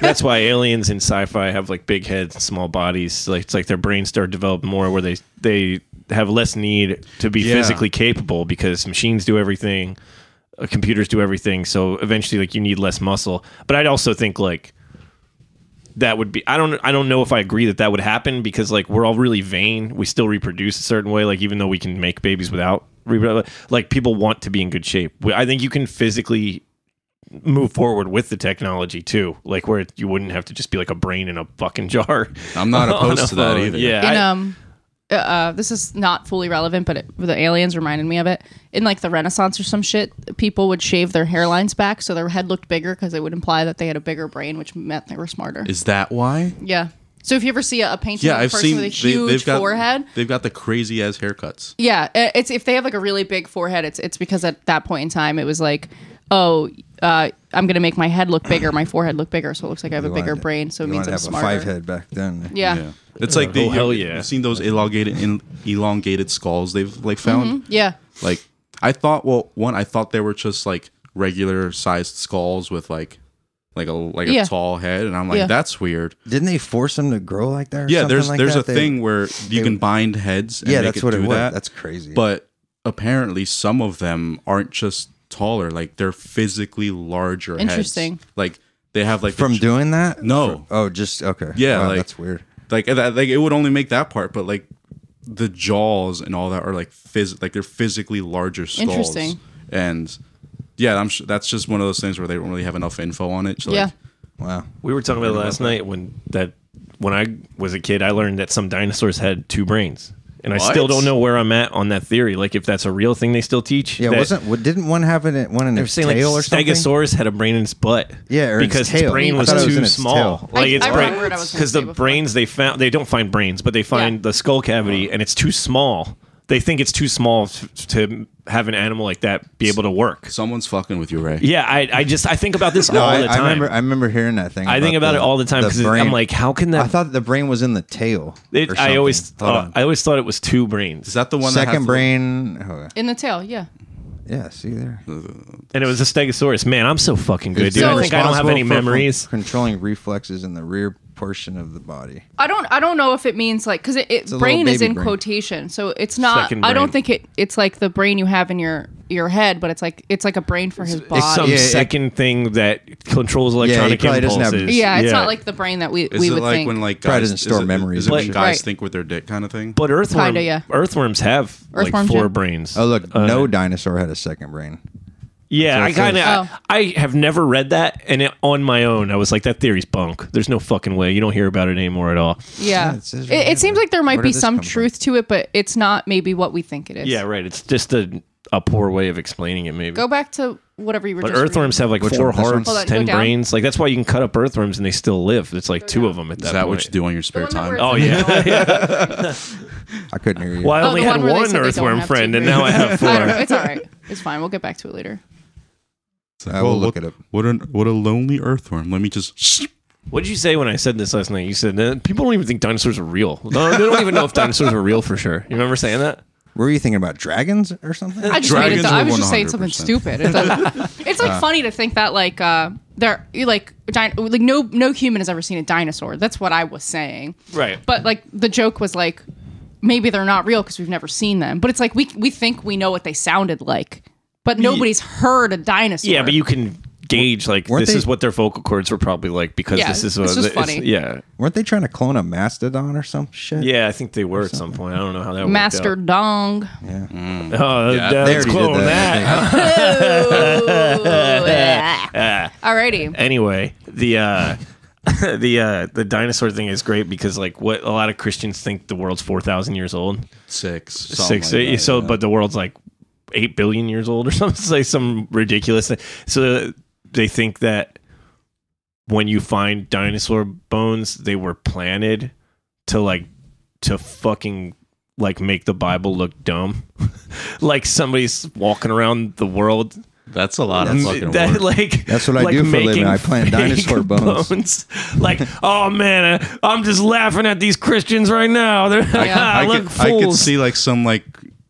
That's why aliens in sci-fi have like big heads, and small bodies. Like it's like their brains start developing more, where they they have less need to be
Yeah.
physically capable because machines do everything, uh, computers do everything. So eventually, like you need less muscle. But I'd also think like that would be. I don't. I don't know if I agree that that would happen because like we're all really vain. We still reproduce a certain way. Like even though we can make babies without reprodu- like people want to be in good shape. We- I think you can physically move forward with the technology too, like where you wouldn't have to just be like a brain in a fucking jar.
i'm not
on a
opposed to that
phone.
either
Oh, Yeah,
in
I-
um uh, uh, this is not fully relevant but it, the aliens reminded me of it in like the renaissance or some shit people would shave their hairlines back so their head looked bigger because it would imply that they had a bigger brain which meant they were smarter
is that why
yeah so if you ever see a, a painting
yeah
of a
i've
person
seen
with a
they,
huge
they've got
forehead
they've got the crazy ass haircuts
yeah i- it's if they have like a really big forehead it's it's because at that point in time it was like oh uh, i'm gonna make my head look bigger my forehead look bigger so it looks like i have a
You
bigger
wanted-
brain so it
you
means
wanted
i'm
to have
smarter
a five head back then.
yeah yeah,
Yeah. It's like the
Oh, hell
you-
yeah.
You've seen those elongated in, elongated skulls they've like found.
Mm-hmm.
Like I thought well one I thought they were just like regular sized skulls with like like a like a
Yeah.
tall head and I'm like
Yeah.
that's weird.
Didn't they force them to grow like that? Or
yeah,
something
there's
like
there's
that?
a
They-
thing where you can bind heads and
Yeah,
make
that's what
do
it was.
that.
That's crazy.
But apparently some of them aren't just taller like they're physically larger heads.
Interesting.
Like they have like the
from
ch-
doing that?
No.
Oh, just okay.
Yeah,
Wow,
like-
that's weird.
like that, like it would only make that part, but like the jaws and all that are like phys- like they're physically larger skulls.
Interesting.
And yeah, I'm sure that's just one of those things where they don't really have enough info on it. So
yeah.
like,
Wow.
we were talking about it last night when that when I was a kid, I learned that some dinosaurs had two brains, and I still
What?
don't know where I'm at on that theory. Like if that's a real thing, they still teach.
Yeah,
that-
wasn't what didn't one have it in- one in
They were
its
saying
tail
like
or something?
Stegosaurus had a brain in its butt.
Yeah, or in its
because
tail.
brain
I
was
thought it was
too
in its
small.
tail.
Like
I-
its
I
brain,
remembered I was gonna
because the
say before.
brains they found they don't find brains, but they find
Yeah.
the skull cavity, and it's too small. They think it's too small t- to have an animal like that be able to work.
someone's fucking with you, Ray.
Yeah, I, I just I think about this
No,
all
I,
the
I
time. I,
remember. I remember hearing that thing.
think about it all the time because I'm like, how can
I
that?
thought the brain was in the tail.
it-
or
I
something.
always
Hold
thought
on.
I always thought it was two
Is
brains,
that the one that has
second
the-
brain. oh,
in the tail yeah
yeah, see there.
and it was a Stegosaurus. Man, I'm so fucking good,
It's
dude. I
so-
think I don't have
responsible
any
for- for
memories.
Controlling reflexes in the rear portion of the body.
I don't I don't know if it means like because it, it
a
brain
little
is
baby
in
brain.
quotation, so it's not.
Second
I
brain.
don't think it. It's like the brain you have in your your head, but it's like it's like a brain for his
It's some
body.
Yeah, it-
second thing that controls electronic
probably doesn't have-
impulses.
yeah, it's not like the brain that we
Is
we
it
would
like
think.
when like
Probably
guys
doesn't store
is it-
memories
Is it
and
when
shit.
guys
Right.
think with their dick kind of thing?
But earthworm,
Kinda, yeah.
earthworms have like
Earthworms
four
do.
brains.
Oh look,
Uh,
no dinosaur had a second brain.
Yeah, I
That's what it
kind of.
says.
I have never read that, and it, on my own, I was like, "That theory's bunk. There's no fucking way. You don't hear about it anymore at all."
yeah,
Yeah, it
it,
says right
it,
here.
seems like there might
Where
be
did this
some
come from?
truth to it, but it's not maybe what we think it is.
Yeah, right. It's just a a poor way of explaining it, maybe.
Go back to whatever you were.
but
just
earthworms have like
Which
four
one? This one?
hearts,
Hold on, go
ten
down.
brains. Like that's why you can cut up earthworms and they still live. It's like two of them at that.
is that
point.
what you do on your spare
reading. The one
Oh
where
time?
it's like-
yeah.
I couldn't hear you.
well, I
Oh,
only
the
had
one where they
one
said they don't
earthworm
have two
friend, and
brains.
now I have
I don't know.
four.
It's all right. It's fine. We'll get back to it later.
It's like,
I will
well,
look
what-
it up.
What a what a lonely earthworm. Let me just.
What did you say when I said this last night? You said "Uh, people don't even think dinosaurs are real. No, they don't even know if dinosaurs are real for sure. You remember saying that?
Were you thinking about dragons or something?
I just made it.
Dragons
th-
were
I was just saying something
100%.
stupid. It doesn't- it's like funny to think that like uh, there you like din- like no no human has ever seen a dinosaur. That's what I was saying.
Right.
But like the joke was like maybe they're not real because we've never seen them. But it's like we we think we know what they sounded like, but nobody's heard a dinosaur.
Yeah, but you can gauge like
Weren't
this
they-
is what their vocal cords were probably like because
Yeah,
this is
it's
what
just
it's-
funny.
yeah.
Weren't they trying to clone a mastodon or some shit?
Yeah, I think they were at some point. I don't know how that worked
Master
out.
Dong.
Oh,
Yeah,
that-
they
that's
already did
cool.
that,
That.
Alrighty.
Anyway, the uh the uh the dinosaur thing is great because like what a lot of Christians think the world's 4000 years old.
Six, something
six.
like that,
so,
yeah.
but the world's like eight billion years old or something. It's like some ridiculous thing. So they think that when you find dinosaur bones, they were planted to like to fucking like make the Bible look dumb. like somebody's walking around the world
That's a lot of fucking
that,
work.
like
That's what I
like
do for a living.
making
I plant
fake
dinosaur bones.
like, oh man, I, I'm just laughing at these Christians right now. They're
Yeah.
I,
I
look
could, I
fools.
could see like some like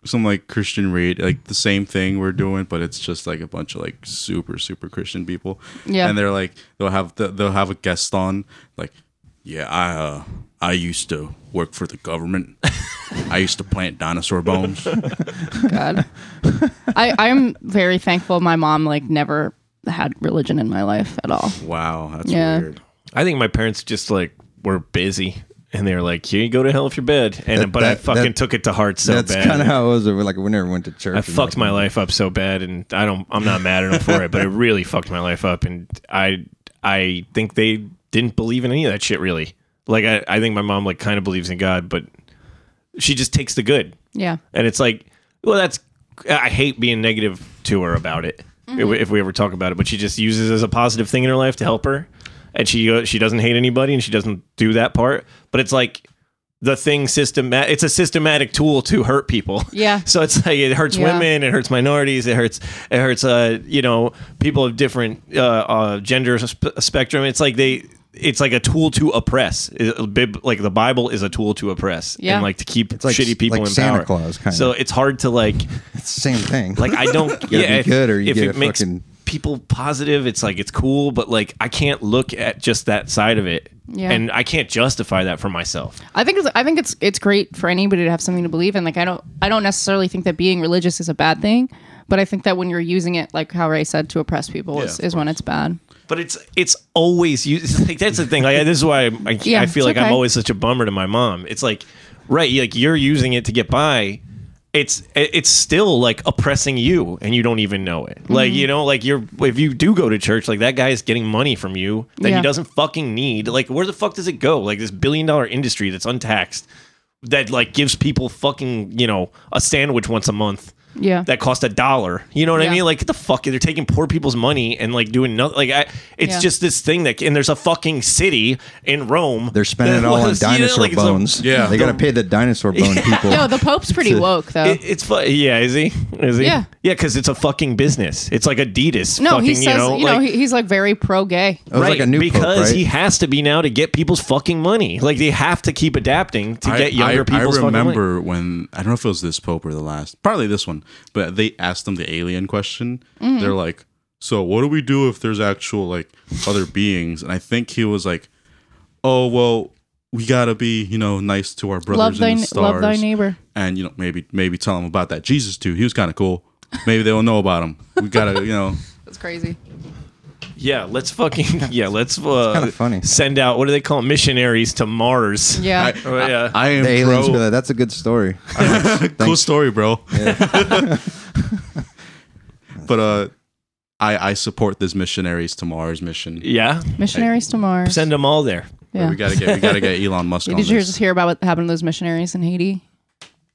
some like Christian read like the same thing we're doing, but it's just like a bunch of like super super Christian people.
Yeah.
and they're like they'll have the, they'll have a guest on like, yeah, I uh, I used to work for the government. I used to plant dinosaur bones.
God. I, I'm very thankful my mom like never had religion in my life at all.
Wow, that's
Yeah.
weird.
I think my parents just like were busy. And they were like, "Here you go to hell if you're bad." And
That-
but I
that-
fucking
that-
took it to heart so
That's
bad.
kind of how it was. We're Like we never went to church.
I
and
fucked
nothing.
my life up so bad, and I don't. I'm not mad at them for it, but it really fucked my life up, and I I think they didn't believe in any of that shit. Really, like I, I think my mom like kind of believes in God, but she just takes the good,
Yeah.
and it's like, well, that's. I hate being negative to her about it if we- if we ever talk about it, but she just uses it as a positive thing in her life to help her, and she uh, she doesn't hate anybody, and she doesn't do that part. But it's like the thing system. It's a systematic tool to hurt people.
Yeah.
So it's like it hurts
Yeah.
women, it hurts minorities, it hurts it hurts uh you know people of different uh, uh gender sp- spectrum. It's like they it's like a tool to oppress. It- bib- like the Bible is a tool to oppress
Yeah.
and like to keep
like-
shitty people
like
in
Santa
power.
Claus, kinda.
So it's hard to like
It's the same thing.
like I don't
You gotta
yeah
be
if,
good or you
if
get
it
a
makes
fucking-
people positive, it's like it's cool, but like I can't look at just that side of it.
Yeah.
And I can't justify that for myself.
I think it's, I think it's it's great for anybody to have something to believe in. Like I don't I don't necessarily think that being religious is a bad thing, but I think that when you're using it, like how Ray said, to oppress people is, is when it's bad.
But it's it's always used. Like that's the thing. Like this is why I, I,
Yeah,
I feel
it's
like I'm
okay.
always such a bummer to my mom. It's like right, like you're using it to get by. It's it's still like oppressing you, and you don't even know it. Like
Mm-hmm.
you know, like you're if you do go to church, like that guy is getting money from you that
Yeah.
he doesn't fucking need. Like where the fuck does it go? Like this billion dollar industry that's untaxed, that like gives people fucking you know a sandwich once a month
Yeah.
that cost a dollar. You know what
Yeah.
I mean? Like get the fuck they're taking poor people's money and like doing nothing. Like I, it's
Yeah.
just this thing that and there's a fucking city in Rome.
They're spending it
that
all on
was- you know,
dinosaur
like, it's a-
bones.
Yeah.
they gotta pay the dinosaur bone people.
no, the Pope's pretty woke though.
it- it's fu- yeah, is he? Is he?
Yeah.
yeah, because it's a fucking business. It's like Adidas.
no,
fucking,
he says
you know, like,
he, he's like very pro gay.
It was like a new pope,
because
right?
he has to be now to get people's fucking money. Like they have to keep adapting to get younger people's
I
fucking money.
remember when I don't know if it was this pope or the last, probably this one, but they asked them the alien question.
Mm.
They're like, "So what do we do if there's actual like other beings?" And I think he was like, "Oh well, we gotta be you know nice to our brothers
Love
and
thy
the stars,
love thy neighbor.
and you know maybe maybe tell them about that Jesus dude. He was kind of cool. Maybe they will know about him. We gotta you know."
That's crazy.
Yeah, let's fucking yeah, let's uh,
kinda funny.
Send out what do they call it? missionaries to Mars?
Yeah.
I,
Oh, yeah.
I am
the aliens be
pro.
like, that's a good story.
cool story, bro. but uh, I I support this missionaries to Mars mission.
yeah,
missionaries to Mars.
send them all there.
yeah.
We gotta get we gotta get Elon Musk on
Did you
this.
just hear about what happened to those missionaries in Haiti?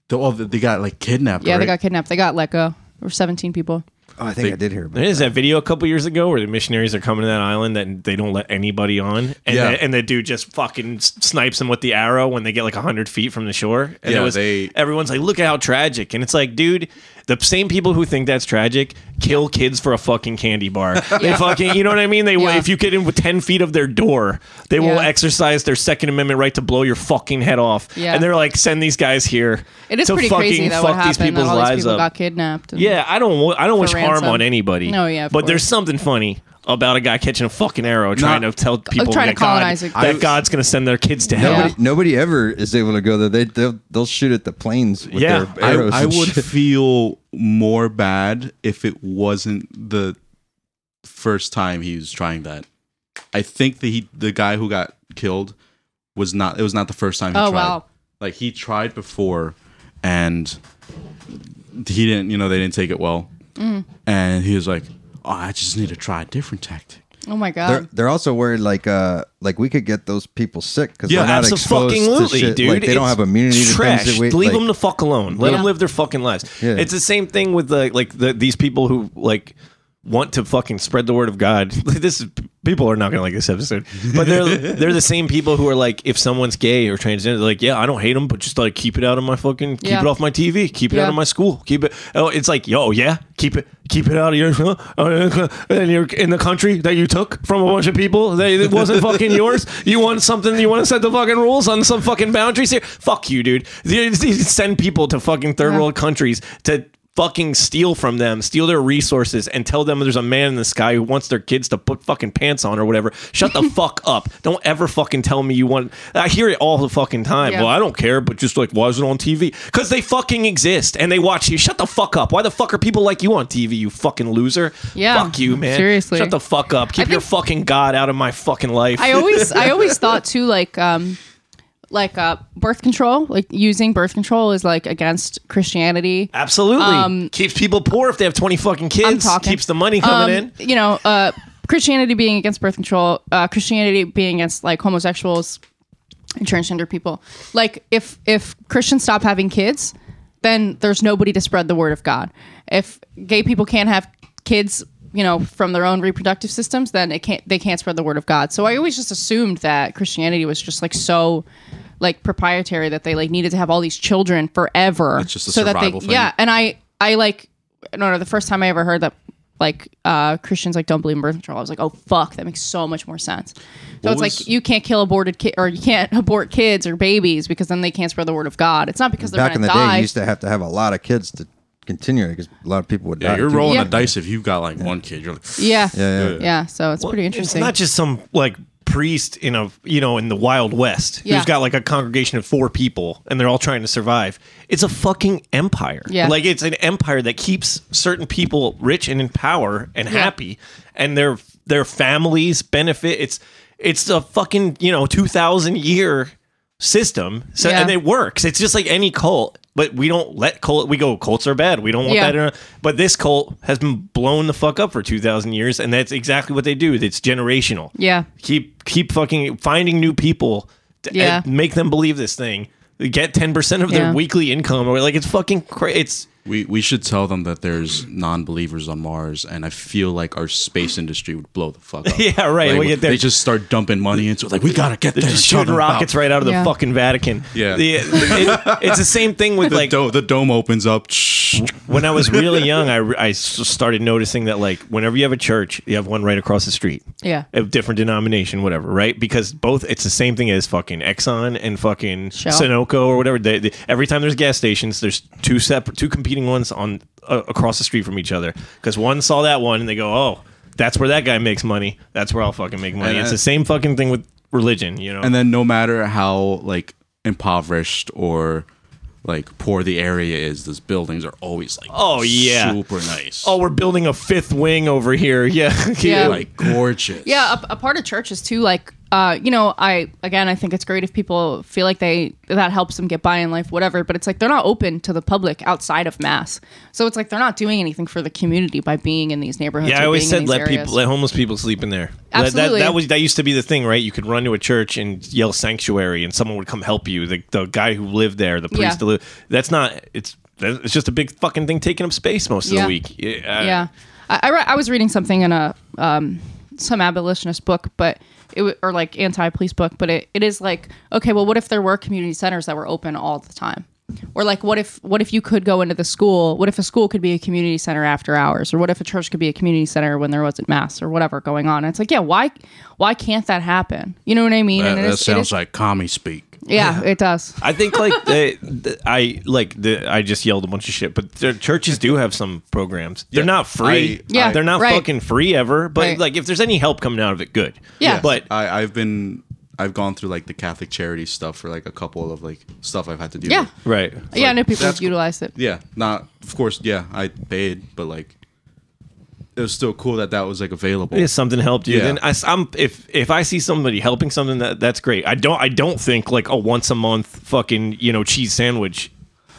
They- oh, they got like kidnapped.
Yeah, they
right?
got kidnapped. They got let go. There were 17 people.
Oh, I think I did hear about.
There is that video a couple years ago where the missionaries are coming to that island that they don't let anybody on, and
Yeah.
the, and the dude just fucking s- snipes them with the arrow when they get like hundred feet from the shore. And
Yeah,
it was
they-
everyone's like, "Look at how tragic!" And it's like, dude, the same people who think that's tragic kill kids for a fucking candy bar. They fucking, you know what I mean? They will
Yeah.
if you get in with ten feet of their door, they will
Yeah.
exercise their Second Amendment right to blow your fucking head off.
Yeah.
and they're like, "Send these guys here."
It is
to
pretty
fucking
crazy that
fuck
what
these
happened. That
people's
all these
lives
people
up.
got kidnapped. and-
Yeah, I don't. wa- I don't wish
ransom.
harm on anybody.
No, yeah, of
but
course.
there's something funny about a guy catching a fucking arrow trying
Not-
to tell people
Uh, trying to
that, God-
colonize it.
that
I-
God's going to send their kids to hell.
Nobody,
Yeah.
nobody ever is able to go there. They they'll, they'll shoot at the planes with
Yeah.
their
I,
arrows.
I
and
would
shit.
feel more bad if it wasn't the first time he was trying that. I think that he, the guy who got killed, was not. It was not the first time. He
Oh,
tried.
wow.
Like he tried before, and he didn't. You know, they didn't take it well,
Mm.
and he was like, "Oh, I just need to try a different tactic."
Oh my god.
They're, they're also worried like uh like we could get those people sick because
Yeah,
they're not exposed
absolutely,
to shit.
dude.
Like, they don't
It's
have immunity to
trash.
things that we
Leave
like,
them the fuck alone. Let
Yeah.
them live their fucking lives.
Yeah.
It's the same uh, thing with the like the, these people who like want to fucking spread the word of God. This is people are not gonna like this episode, but they're they're the same people who are like, if someone's gay or transgender, they're like, yeah, I don't hate them, but just like keep it out of my fucking, keep
Yeah.
it off my TV, keep it
Yeah.
out of my school, keep it. Oh, it's like, yo, yeah, keep it, keep it out of your, and you're in the country that you took from a bunch of people that it wasn't fucking yours. You want something? You want to set the fucking rules on some fucking boundaries here? Fuck you, dude. You- you Send people to fucking third
Yeah.
world countries to fucking steal from them, steal their resources, and tell them there's a man in the sky who wants their kids to put fucking pants on or whatever. Shut the fuck up. Don't ever fucking tell me you want. I hear it all the fucking time.
Yeah.
Well, I don't care, but just like, why is it on TV? Because they fucking exist and they watch you. Shut the fuck up. Why the fuck are people like you on TV, you fucking loser?
Yeah.
Fuck you, man.
Seriously.
Shut the fuck up. Keep
think-
your fucking God out of my fucking life.
I always I always thought too like um like uh birth control like using birth control is like against Christianity.
Absolutely. keeps people poor if they have 20 fucking kids.
Um, talking.
Keeps the money coming in.
Um, You know, uh, Christianity being against birth control, uh, Christianity being against like homosexuals and transgender people. Like if if Christians stop having kids, then there's nobody to spread the word of God. If gay people can't have kids, you know, from their own reproductive systems, then it can't they can't spread the word of God. So I always just assumed that Christianity was just like so like proprietary that they like needed to have all these children forever
It's just a
so that they
survival thing.
yeah and i i like no no the first time i ever heard that like uh christians like don't believe in birth control i was like oh fuck that makes so much more sense so it's
was-
like you can't kill aborted kid or you can't abort kids or babies because then they can't spread the word of god it's not because they're
Back
gonna
in the day,
die
you used to have to have a lot of kids to continue because a lot of people would
Yeah,
die.
you're
too.
rolling
Yeah.
the dice if you've got like one kid. You're like,
yeah.
Yeah,
yeah
yeah.
so it's pretty interesting
It's not just some like priest in a you know in the Wild West
Yeah.
who's got like a congregation of four people and they're all trying to survive. It's a fucking empire.
Yeah.
like it's an empire that keeps certain people rich and in power and happy, and their their families benefit. It's it's a fucking you know two thousand year system. So
Yeah.
and it works. It's just like any cult. But we don't let cult. We go cults are bad. We don't want
Yeah.
that in our but this cult has been blown the fuck up for 2000 years and that's exactly what they do it's generational
yeah
keep keep fucking finding new people to
Yeah.
and make them believe this thing get 10% of their
Yeah.
weekly income or like it's fucking cra- it's
we, we should tell them that there's non believers on Mars, and I feel like our space industry would blow the fuck up.
Yeah, right,
Like,
we get there.
They just start dumping money into it. Like, we gotta get there.
just
Tell
shooting
them about
rockets right out of
Yeah.
the fucking Vatican.
Yeah.
The- it- it's the same thing with like
Do- the dome opens up.
when I was really young, I, re- I s- started noticing that like whenever you have a church, you have one right across the street.
Yeah.
A different denomination, whatever, right? Because both it's the same thing as fucking Exxon and fucking
Shell.
Sunoco or whatever. They, they- every time there's gas stations, there's two separate, two competing ones on uh, across the street from each other. Because one saw that one and they go, oh, that's where that guy makes money. That's where I'll fucking make money.
And
it's
then-
the same fucking thing with religion, you know.
and then no matter how like impoverished or like poor the area is, those buildings are always like
Oh, yeah.
super nice.
oh, we're building a fifth wing over here. Yeah,
Yeah.
like gorgeous.
Yeah, a, a part of church is too like uh, you know, I again, I think it's great if people feel like they that helps them get by in life, whatever. But it's like they're not open to the public outside of mass, so it's like they're not doing anything for the community by being in these neighborhoods.
Yeah,
or
I always
being in
said
these
let
areas.
people, let homeless people sleep in there. Let-
Absolutely.
That, that was that used to be the thing, right? You could run to a church and yell sanctuary, and someone would come help you. The, the guy who lived there, the priest.
Yeah.
who lived- that's not. It's that- it's just a big fucking thing taking up space most of
Yeah.
the week. Yeah, uh, I-
yeah I, I, re- I was reading something in a um, some abolitionist book but it w- or like anti-police book but it, it is like okay well what if there were community centers that were open all the time or like what if what if you could go into the school what if a school could be a community center after hours or what if a church could be a community center when there wasn't mass or whatever going on and it's like yeah why why can't that happen you know what i mean
that,
And it
that
is- it
sounds
is-
like commie speak.
yeah it does
I think like the, the- I like the I just yelled a bunch of shit, but their churches do have some programs. They're not free.
I- Yeah,
they're not
right.
fucking free ever. But
Right.
like if there's any help coming out of it, good.
Yeah.
but
I, I've been I've gone through like the Catholic charity stuff for like a couple of like stuff I've had to do.
Yeah.
with.
right.
yeah i know people
that's
have
cool.
utilized it
Yeah. Not of course, yeah, I paid, but like it was still cool that that was like available.
if something helped you,
Yeah.
then I, am if if I see somebody helping something that that's great. I don't I don't think like a once a month fucking you know cheese sandwich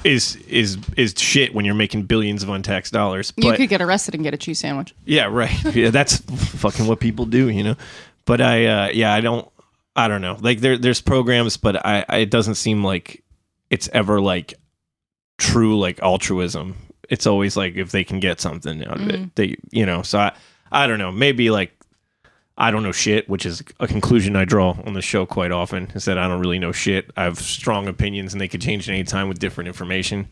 is is is shit when you're making billions of untaxed dollars. But
you could get arrested and get a cheese sandwich
yeah, right. Yeah, that's fucking what people do, you know. But I uh, yeah I don't I don't know like there there's programs, but I, I it doesn't seem like it's ever like true like altruism. It's
Mm.
always like if they can get something out of it, they you know. So I I don't know. Maybe like I don't know shit, which is a conclusion I draw on the show quite often, is that I don't really know shit. I have strong opinions and they could change at any time with different information.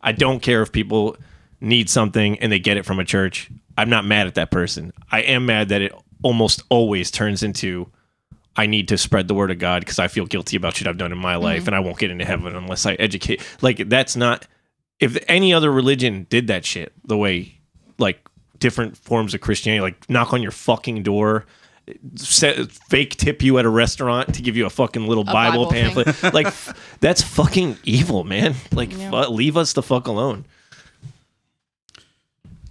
I don't care if people need something and they get it from a church. I'm not mad at that person. I am mad that it almost always turns into I need to spread the word of God because I feel guilty about shit I've done in my life
Mm-hmm.
and I won't get into heaven unless I educate. Like, that's not, if any other religion did that shit the way, like, different forms of Christianity, like, knock on your fucking door. Set, fake tip you at a restaurant to give you a fucking little Bible,
Bible thing.
pamphlet. like, f- that's fucking evil, man. Like, fu- leave us the fuck alone.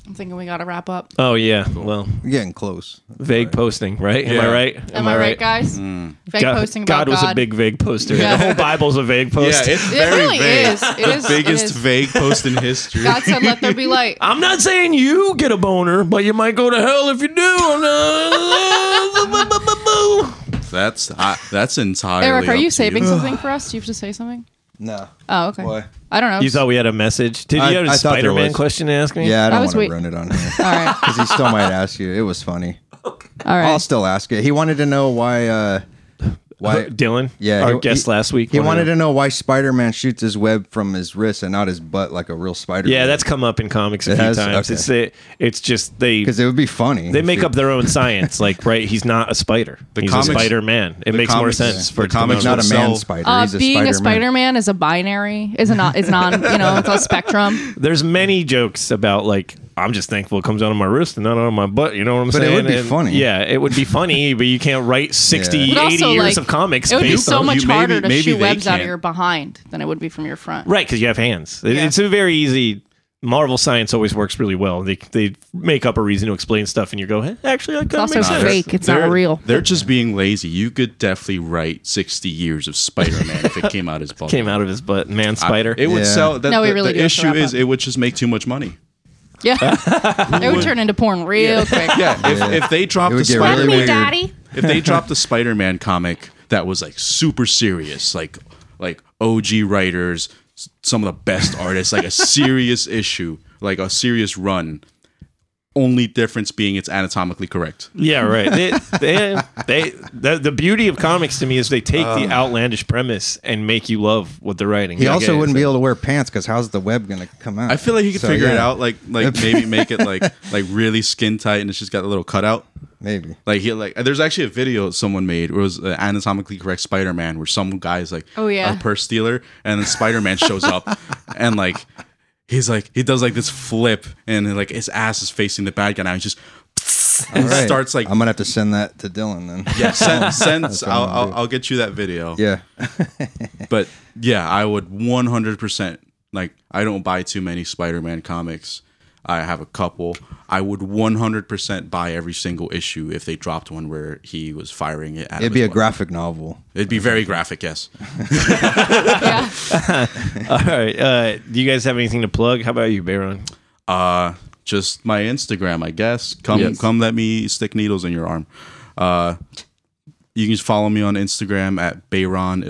I'm thinking we got to wrap up.
Oh, yeah. Well,
We're getting close.
Oh,
vague posting, right? Am I
Yeah.
right?
Am, I right, guys?
Mm.
Fake
God,
posting about God.
God was a big vague poster.
Yeah.
The whole Bible's a vague poster.
Yeah, it's
It
very
really
vague.
is. It is.
Biggest
it is.
vague post in history.
God said, "Let there be light."
I'm not saying you get a boner, but you might go to hell if you do.
That's I, that's entirely.
Eric, are
up
you
to
saving something for us? Do you have to say something?
No.
Oh, okay.
Why?
I don't know.
you thought we had a message? Did
I-
you have
I
a
thought there
Spider Man
was.
question to ask me?
Yeah, I don't
I
want
was
to
wait-
run it on here
All right.
because he still might ask you. It was funny.
All right.
I'll still ask it. He wanted to know why. Uh, why?
Dylan,
Yeah,
our
he-
guest
he-
last week.
He
wanted
wanted to know why Spider-Man shoots his web from his wrist and not his butt like a real spider.
Yeah, that's come up in comics a
It
few
has?
times.
Okay.
It's it, it's just they
because it would be funny.
they
if
make
he-
up their own science. Like, right? He's not a spider. he's
comics-
a Spider Man. It makes more
comics-
sense
the
for it to come
comics
out
Not
as
a
So-
man spider.
uh,
he's a
being
Spider-Man.
a Spider-Man is a binary. Is a not. Is non. You know, it's a spectrum.
there's many jokes about like I'm just thankful it comes out of my wrist and not out of my butt. You know what I'm
But it
saying?
would be
And-
funny.
Yeah, it would be funny, but you can't write 60,
Yeah.
80
But also,
years
like,
of comics
It would be
based
so
on
much
you- maybe-
harder to
maybe
shoot
they
webs out of
can't.
your behind than it would be from your front.
right because you have hands. It-
Yeah.
It's a very easy. Marvel science always works really well. They they make up a reason to explain stuff, and you go, hey, actually, I could
It's
make
also
sense.
fake. It's not real.
They're just being lazy. You could definitely write 60 years of Spider-Man if it came out as butt.
Came out of his butt, man, spider.
It would
Yeah.
sell. That,
No, we
the-
really
the
do have to
issue
wrap
is
up.
it would just make too much money.
Yeah. it would turn into porn real quick.
Yeah, if,
Yeah.
if they dropped
It
the
would get really
Spider-Man,
weird.
if they dropped the Spider-Man comic that was like super serious, like like OG writers, s- some of the best artists, like a serious issue, like a serious run. Only difference being it's anatomically correct.
Yeah, right. They, they, they, the, the beauty of comics to me is they take the outlandish premise and make you love what they're writing.
Uh. He
Yeah, I get
also
it.
wouldn't be able to wear pants because how's the web gonna come out?
I feel like you could
So,
figure it
yeah,
out, like like maybe make it like like really skin tight, and it's just got a little cutout.
Maybe.
Like he like there's actually a video someone made where it was an anatomically correct Spider-Man where some guy's like
Oh, yeah.
a purse stealer and then Spider-Man shows up and like he's like he does like this flip and like his ass is facing the bad guy now he's just
All right.
starts like
I'm gonna have to send that to Dylan then.
yeah send, send
what I'm
I'll,
gonna
I'll
do.
I'll get you that video
Yeah.
but yeah I would 100 percent like I don't buy too many Spider-Man comics I have a couple I would 100 percent buy every single issue if they dropped one where he was firing it at
It'd be a graphic novel.
It'd be very graphic, yes.
Yeah.
All right. Uh, do you guys have anything to plug? How about you, Baron?
Uh just my Instagram, I guess. Come
Yes.
come let me stick needles in your arm. Uh you can just follow me on Instagram at Bayron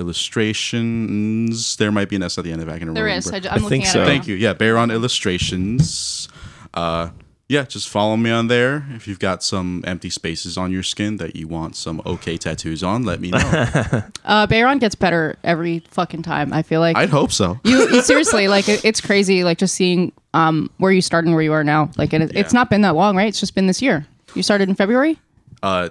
Illustrations. There might be an S at the end if I can remember.
There is. I, ju- I'm
I
looking
think
at
so.
it.
Thank you. Yeah, Bayron Illustrations. Uh yeah, just follow me on there. If you've got some empty spaces on your skin that you want some okay tattoos on, let me know.
Uh, Bayron gets better every fucking time. I feel like
I'd hope so.
you, you- seriously like it, it's crazy. Like just seeing um where you started and where you are now. Like and it, it's not been that long, right? It's just been this year. You started in February
Uh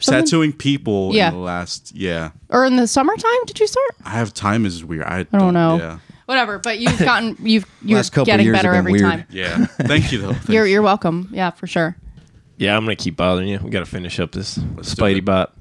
tattooing people
Yeah.
in the last yeah.
or in the summertime? Did you start?
I have time is weird. I don't,
I don't know.
Yeah.
Whatever. But you've gotten you've you're
Last couple
getting
years
better
have
every
been weird.
time.
Yeah. Thank you though.
You're you're welcome. Yeah, for sure.
Yeah, I'm gonna keep bothering you. We gotta finish up this
do
Spidey
it.
bot.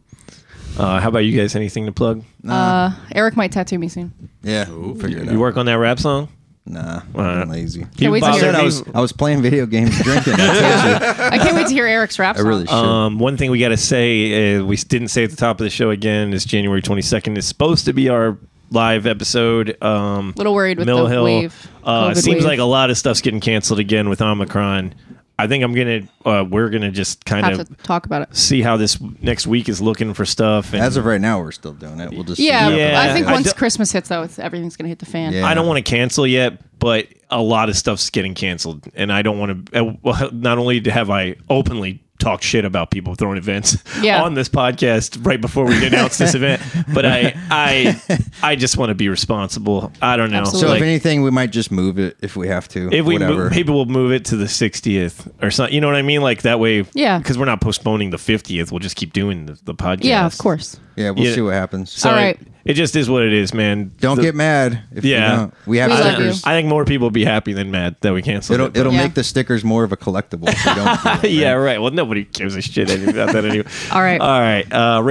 Uh, how about you guys? Anything to plug?
Uh, Eric might tattoo me soon.
Yeah. Figure it
You
out.
work on that rap song?
Nah.
Uh,
I'm lazy.
You
wait to
bother
hear
me?
it.
I was I was playing video games drinking.
I can't wait to hear Eric's rap
I
song.
really should.
Um, one thing we got to say, uh, we didn't say at the top of the show again, is January 22nd is supposed to be our live episode. Um,
Little worried with
Mill
the
Hill.
wave,
Uh,
COVID
seems
wave.
like a lot of stuff's getting canceled again with Omicron. I think I'm gonna, uh, we're gonna just kind
Have to
of
talk about it.
see how this next week is looking for stuff. And
As of right now, we're still doing it. We'll just
Yeah,
Yeah.
I think
I
once
don't-
Christmas hits, though, it's, everything's gonna hit the fan.
Yeah.
I don't want to cancel yet, uh, but a lot of stuff's getting canceled, and I don't want to. Not only have I openly talk shit about people throwing events
Yeah.
on this podcast right before we announce this event. But I I I just want to be responsible. I don't know.
Absolutely.
So
Like,
if anything, we might just move it if we have to.
if we
whatever.
mo- maybe we'll move it to the 60th or something. You know what I mean? Like that way.
Yeah.
Because we're not postponing the 50th. We'll just keep doing the, the podcast.
Yeah, of course.
yeah, we'll
Yeah.
see what happens.
So
All
it-
right.
It, just is what it is, man.
don't
The-
get mad. If
Yeah.
you don't. we have
We love
stickers.
you.
I think more people will be happy than mad that we canceled
It'll
it.
it'll
Yeah.
make the stickers more of a collectible. If we don't do that,
yeah,
right?
right. Well, nobody gives a shit any- about that anyway.
All right.
All right. Uh,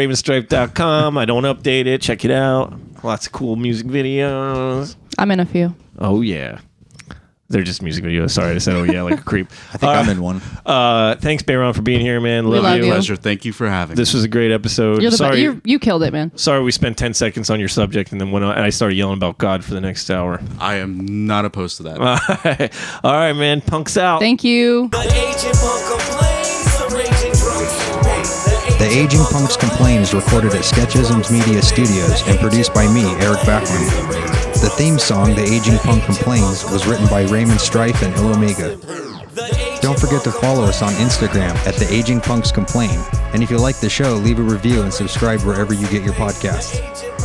RavenStripe.com. I don't update it. Check it out. Lots of cool music videos.
I'm in a few.
Oh, yeah. They're just music videos. Sorry, I said, oh, yeah, like a creep.
I think I'm in one.
Uh, thanks, Bayron, for being here, man. Love,
love
you.
you.
Pleasure. Thank you for having me.
This was a great episode.
You're the best.
sorry,
You you killed it, man.
sorry, we spent ten seconds on your subject and then went on, and I started yelling about God for the next hour.
I am not opposed to that.
All right, man. Punks out.
Thank you.
The aging punk complains, the raging drunks complain.
The Aging Punks Complain is recorded at Sketchisms Media Studios and produced by me, Eric Backman. The theme song, The Aging Punk Complains, was written by Raymond Strife and Il Omega. Don't forget to follow us on Instagram at The Aging Punks Complain. And if you like the show, leave a review and subscribe wherever you get your podcasts.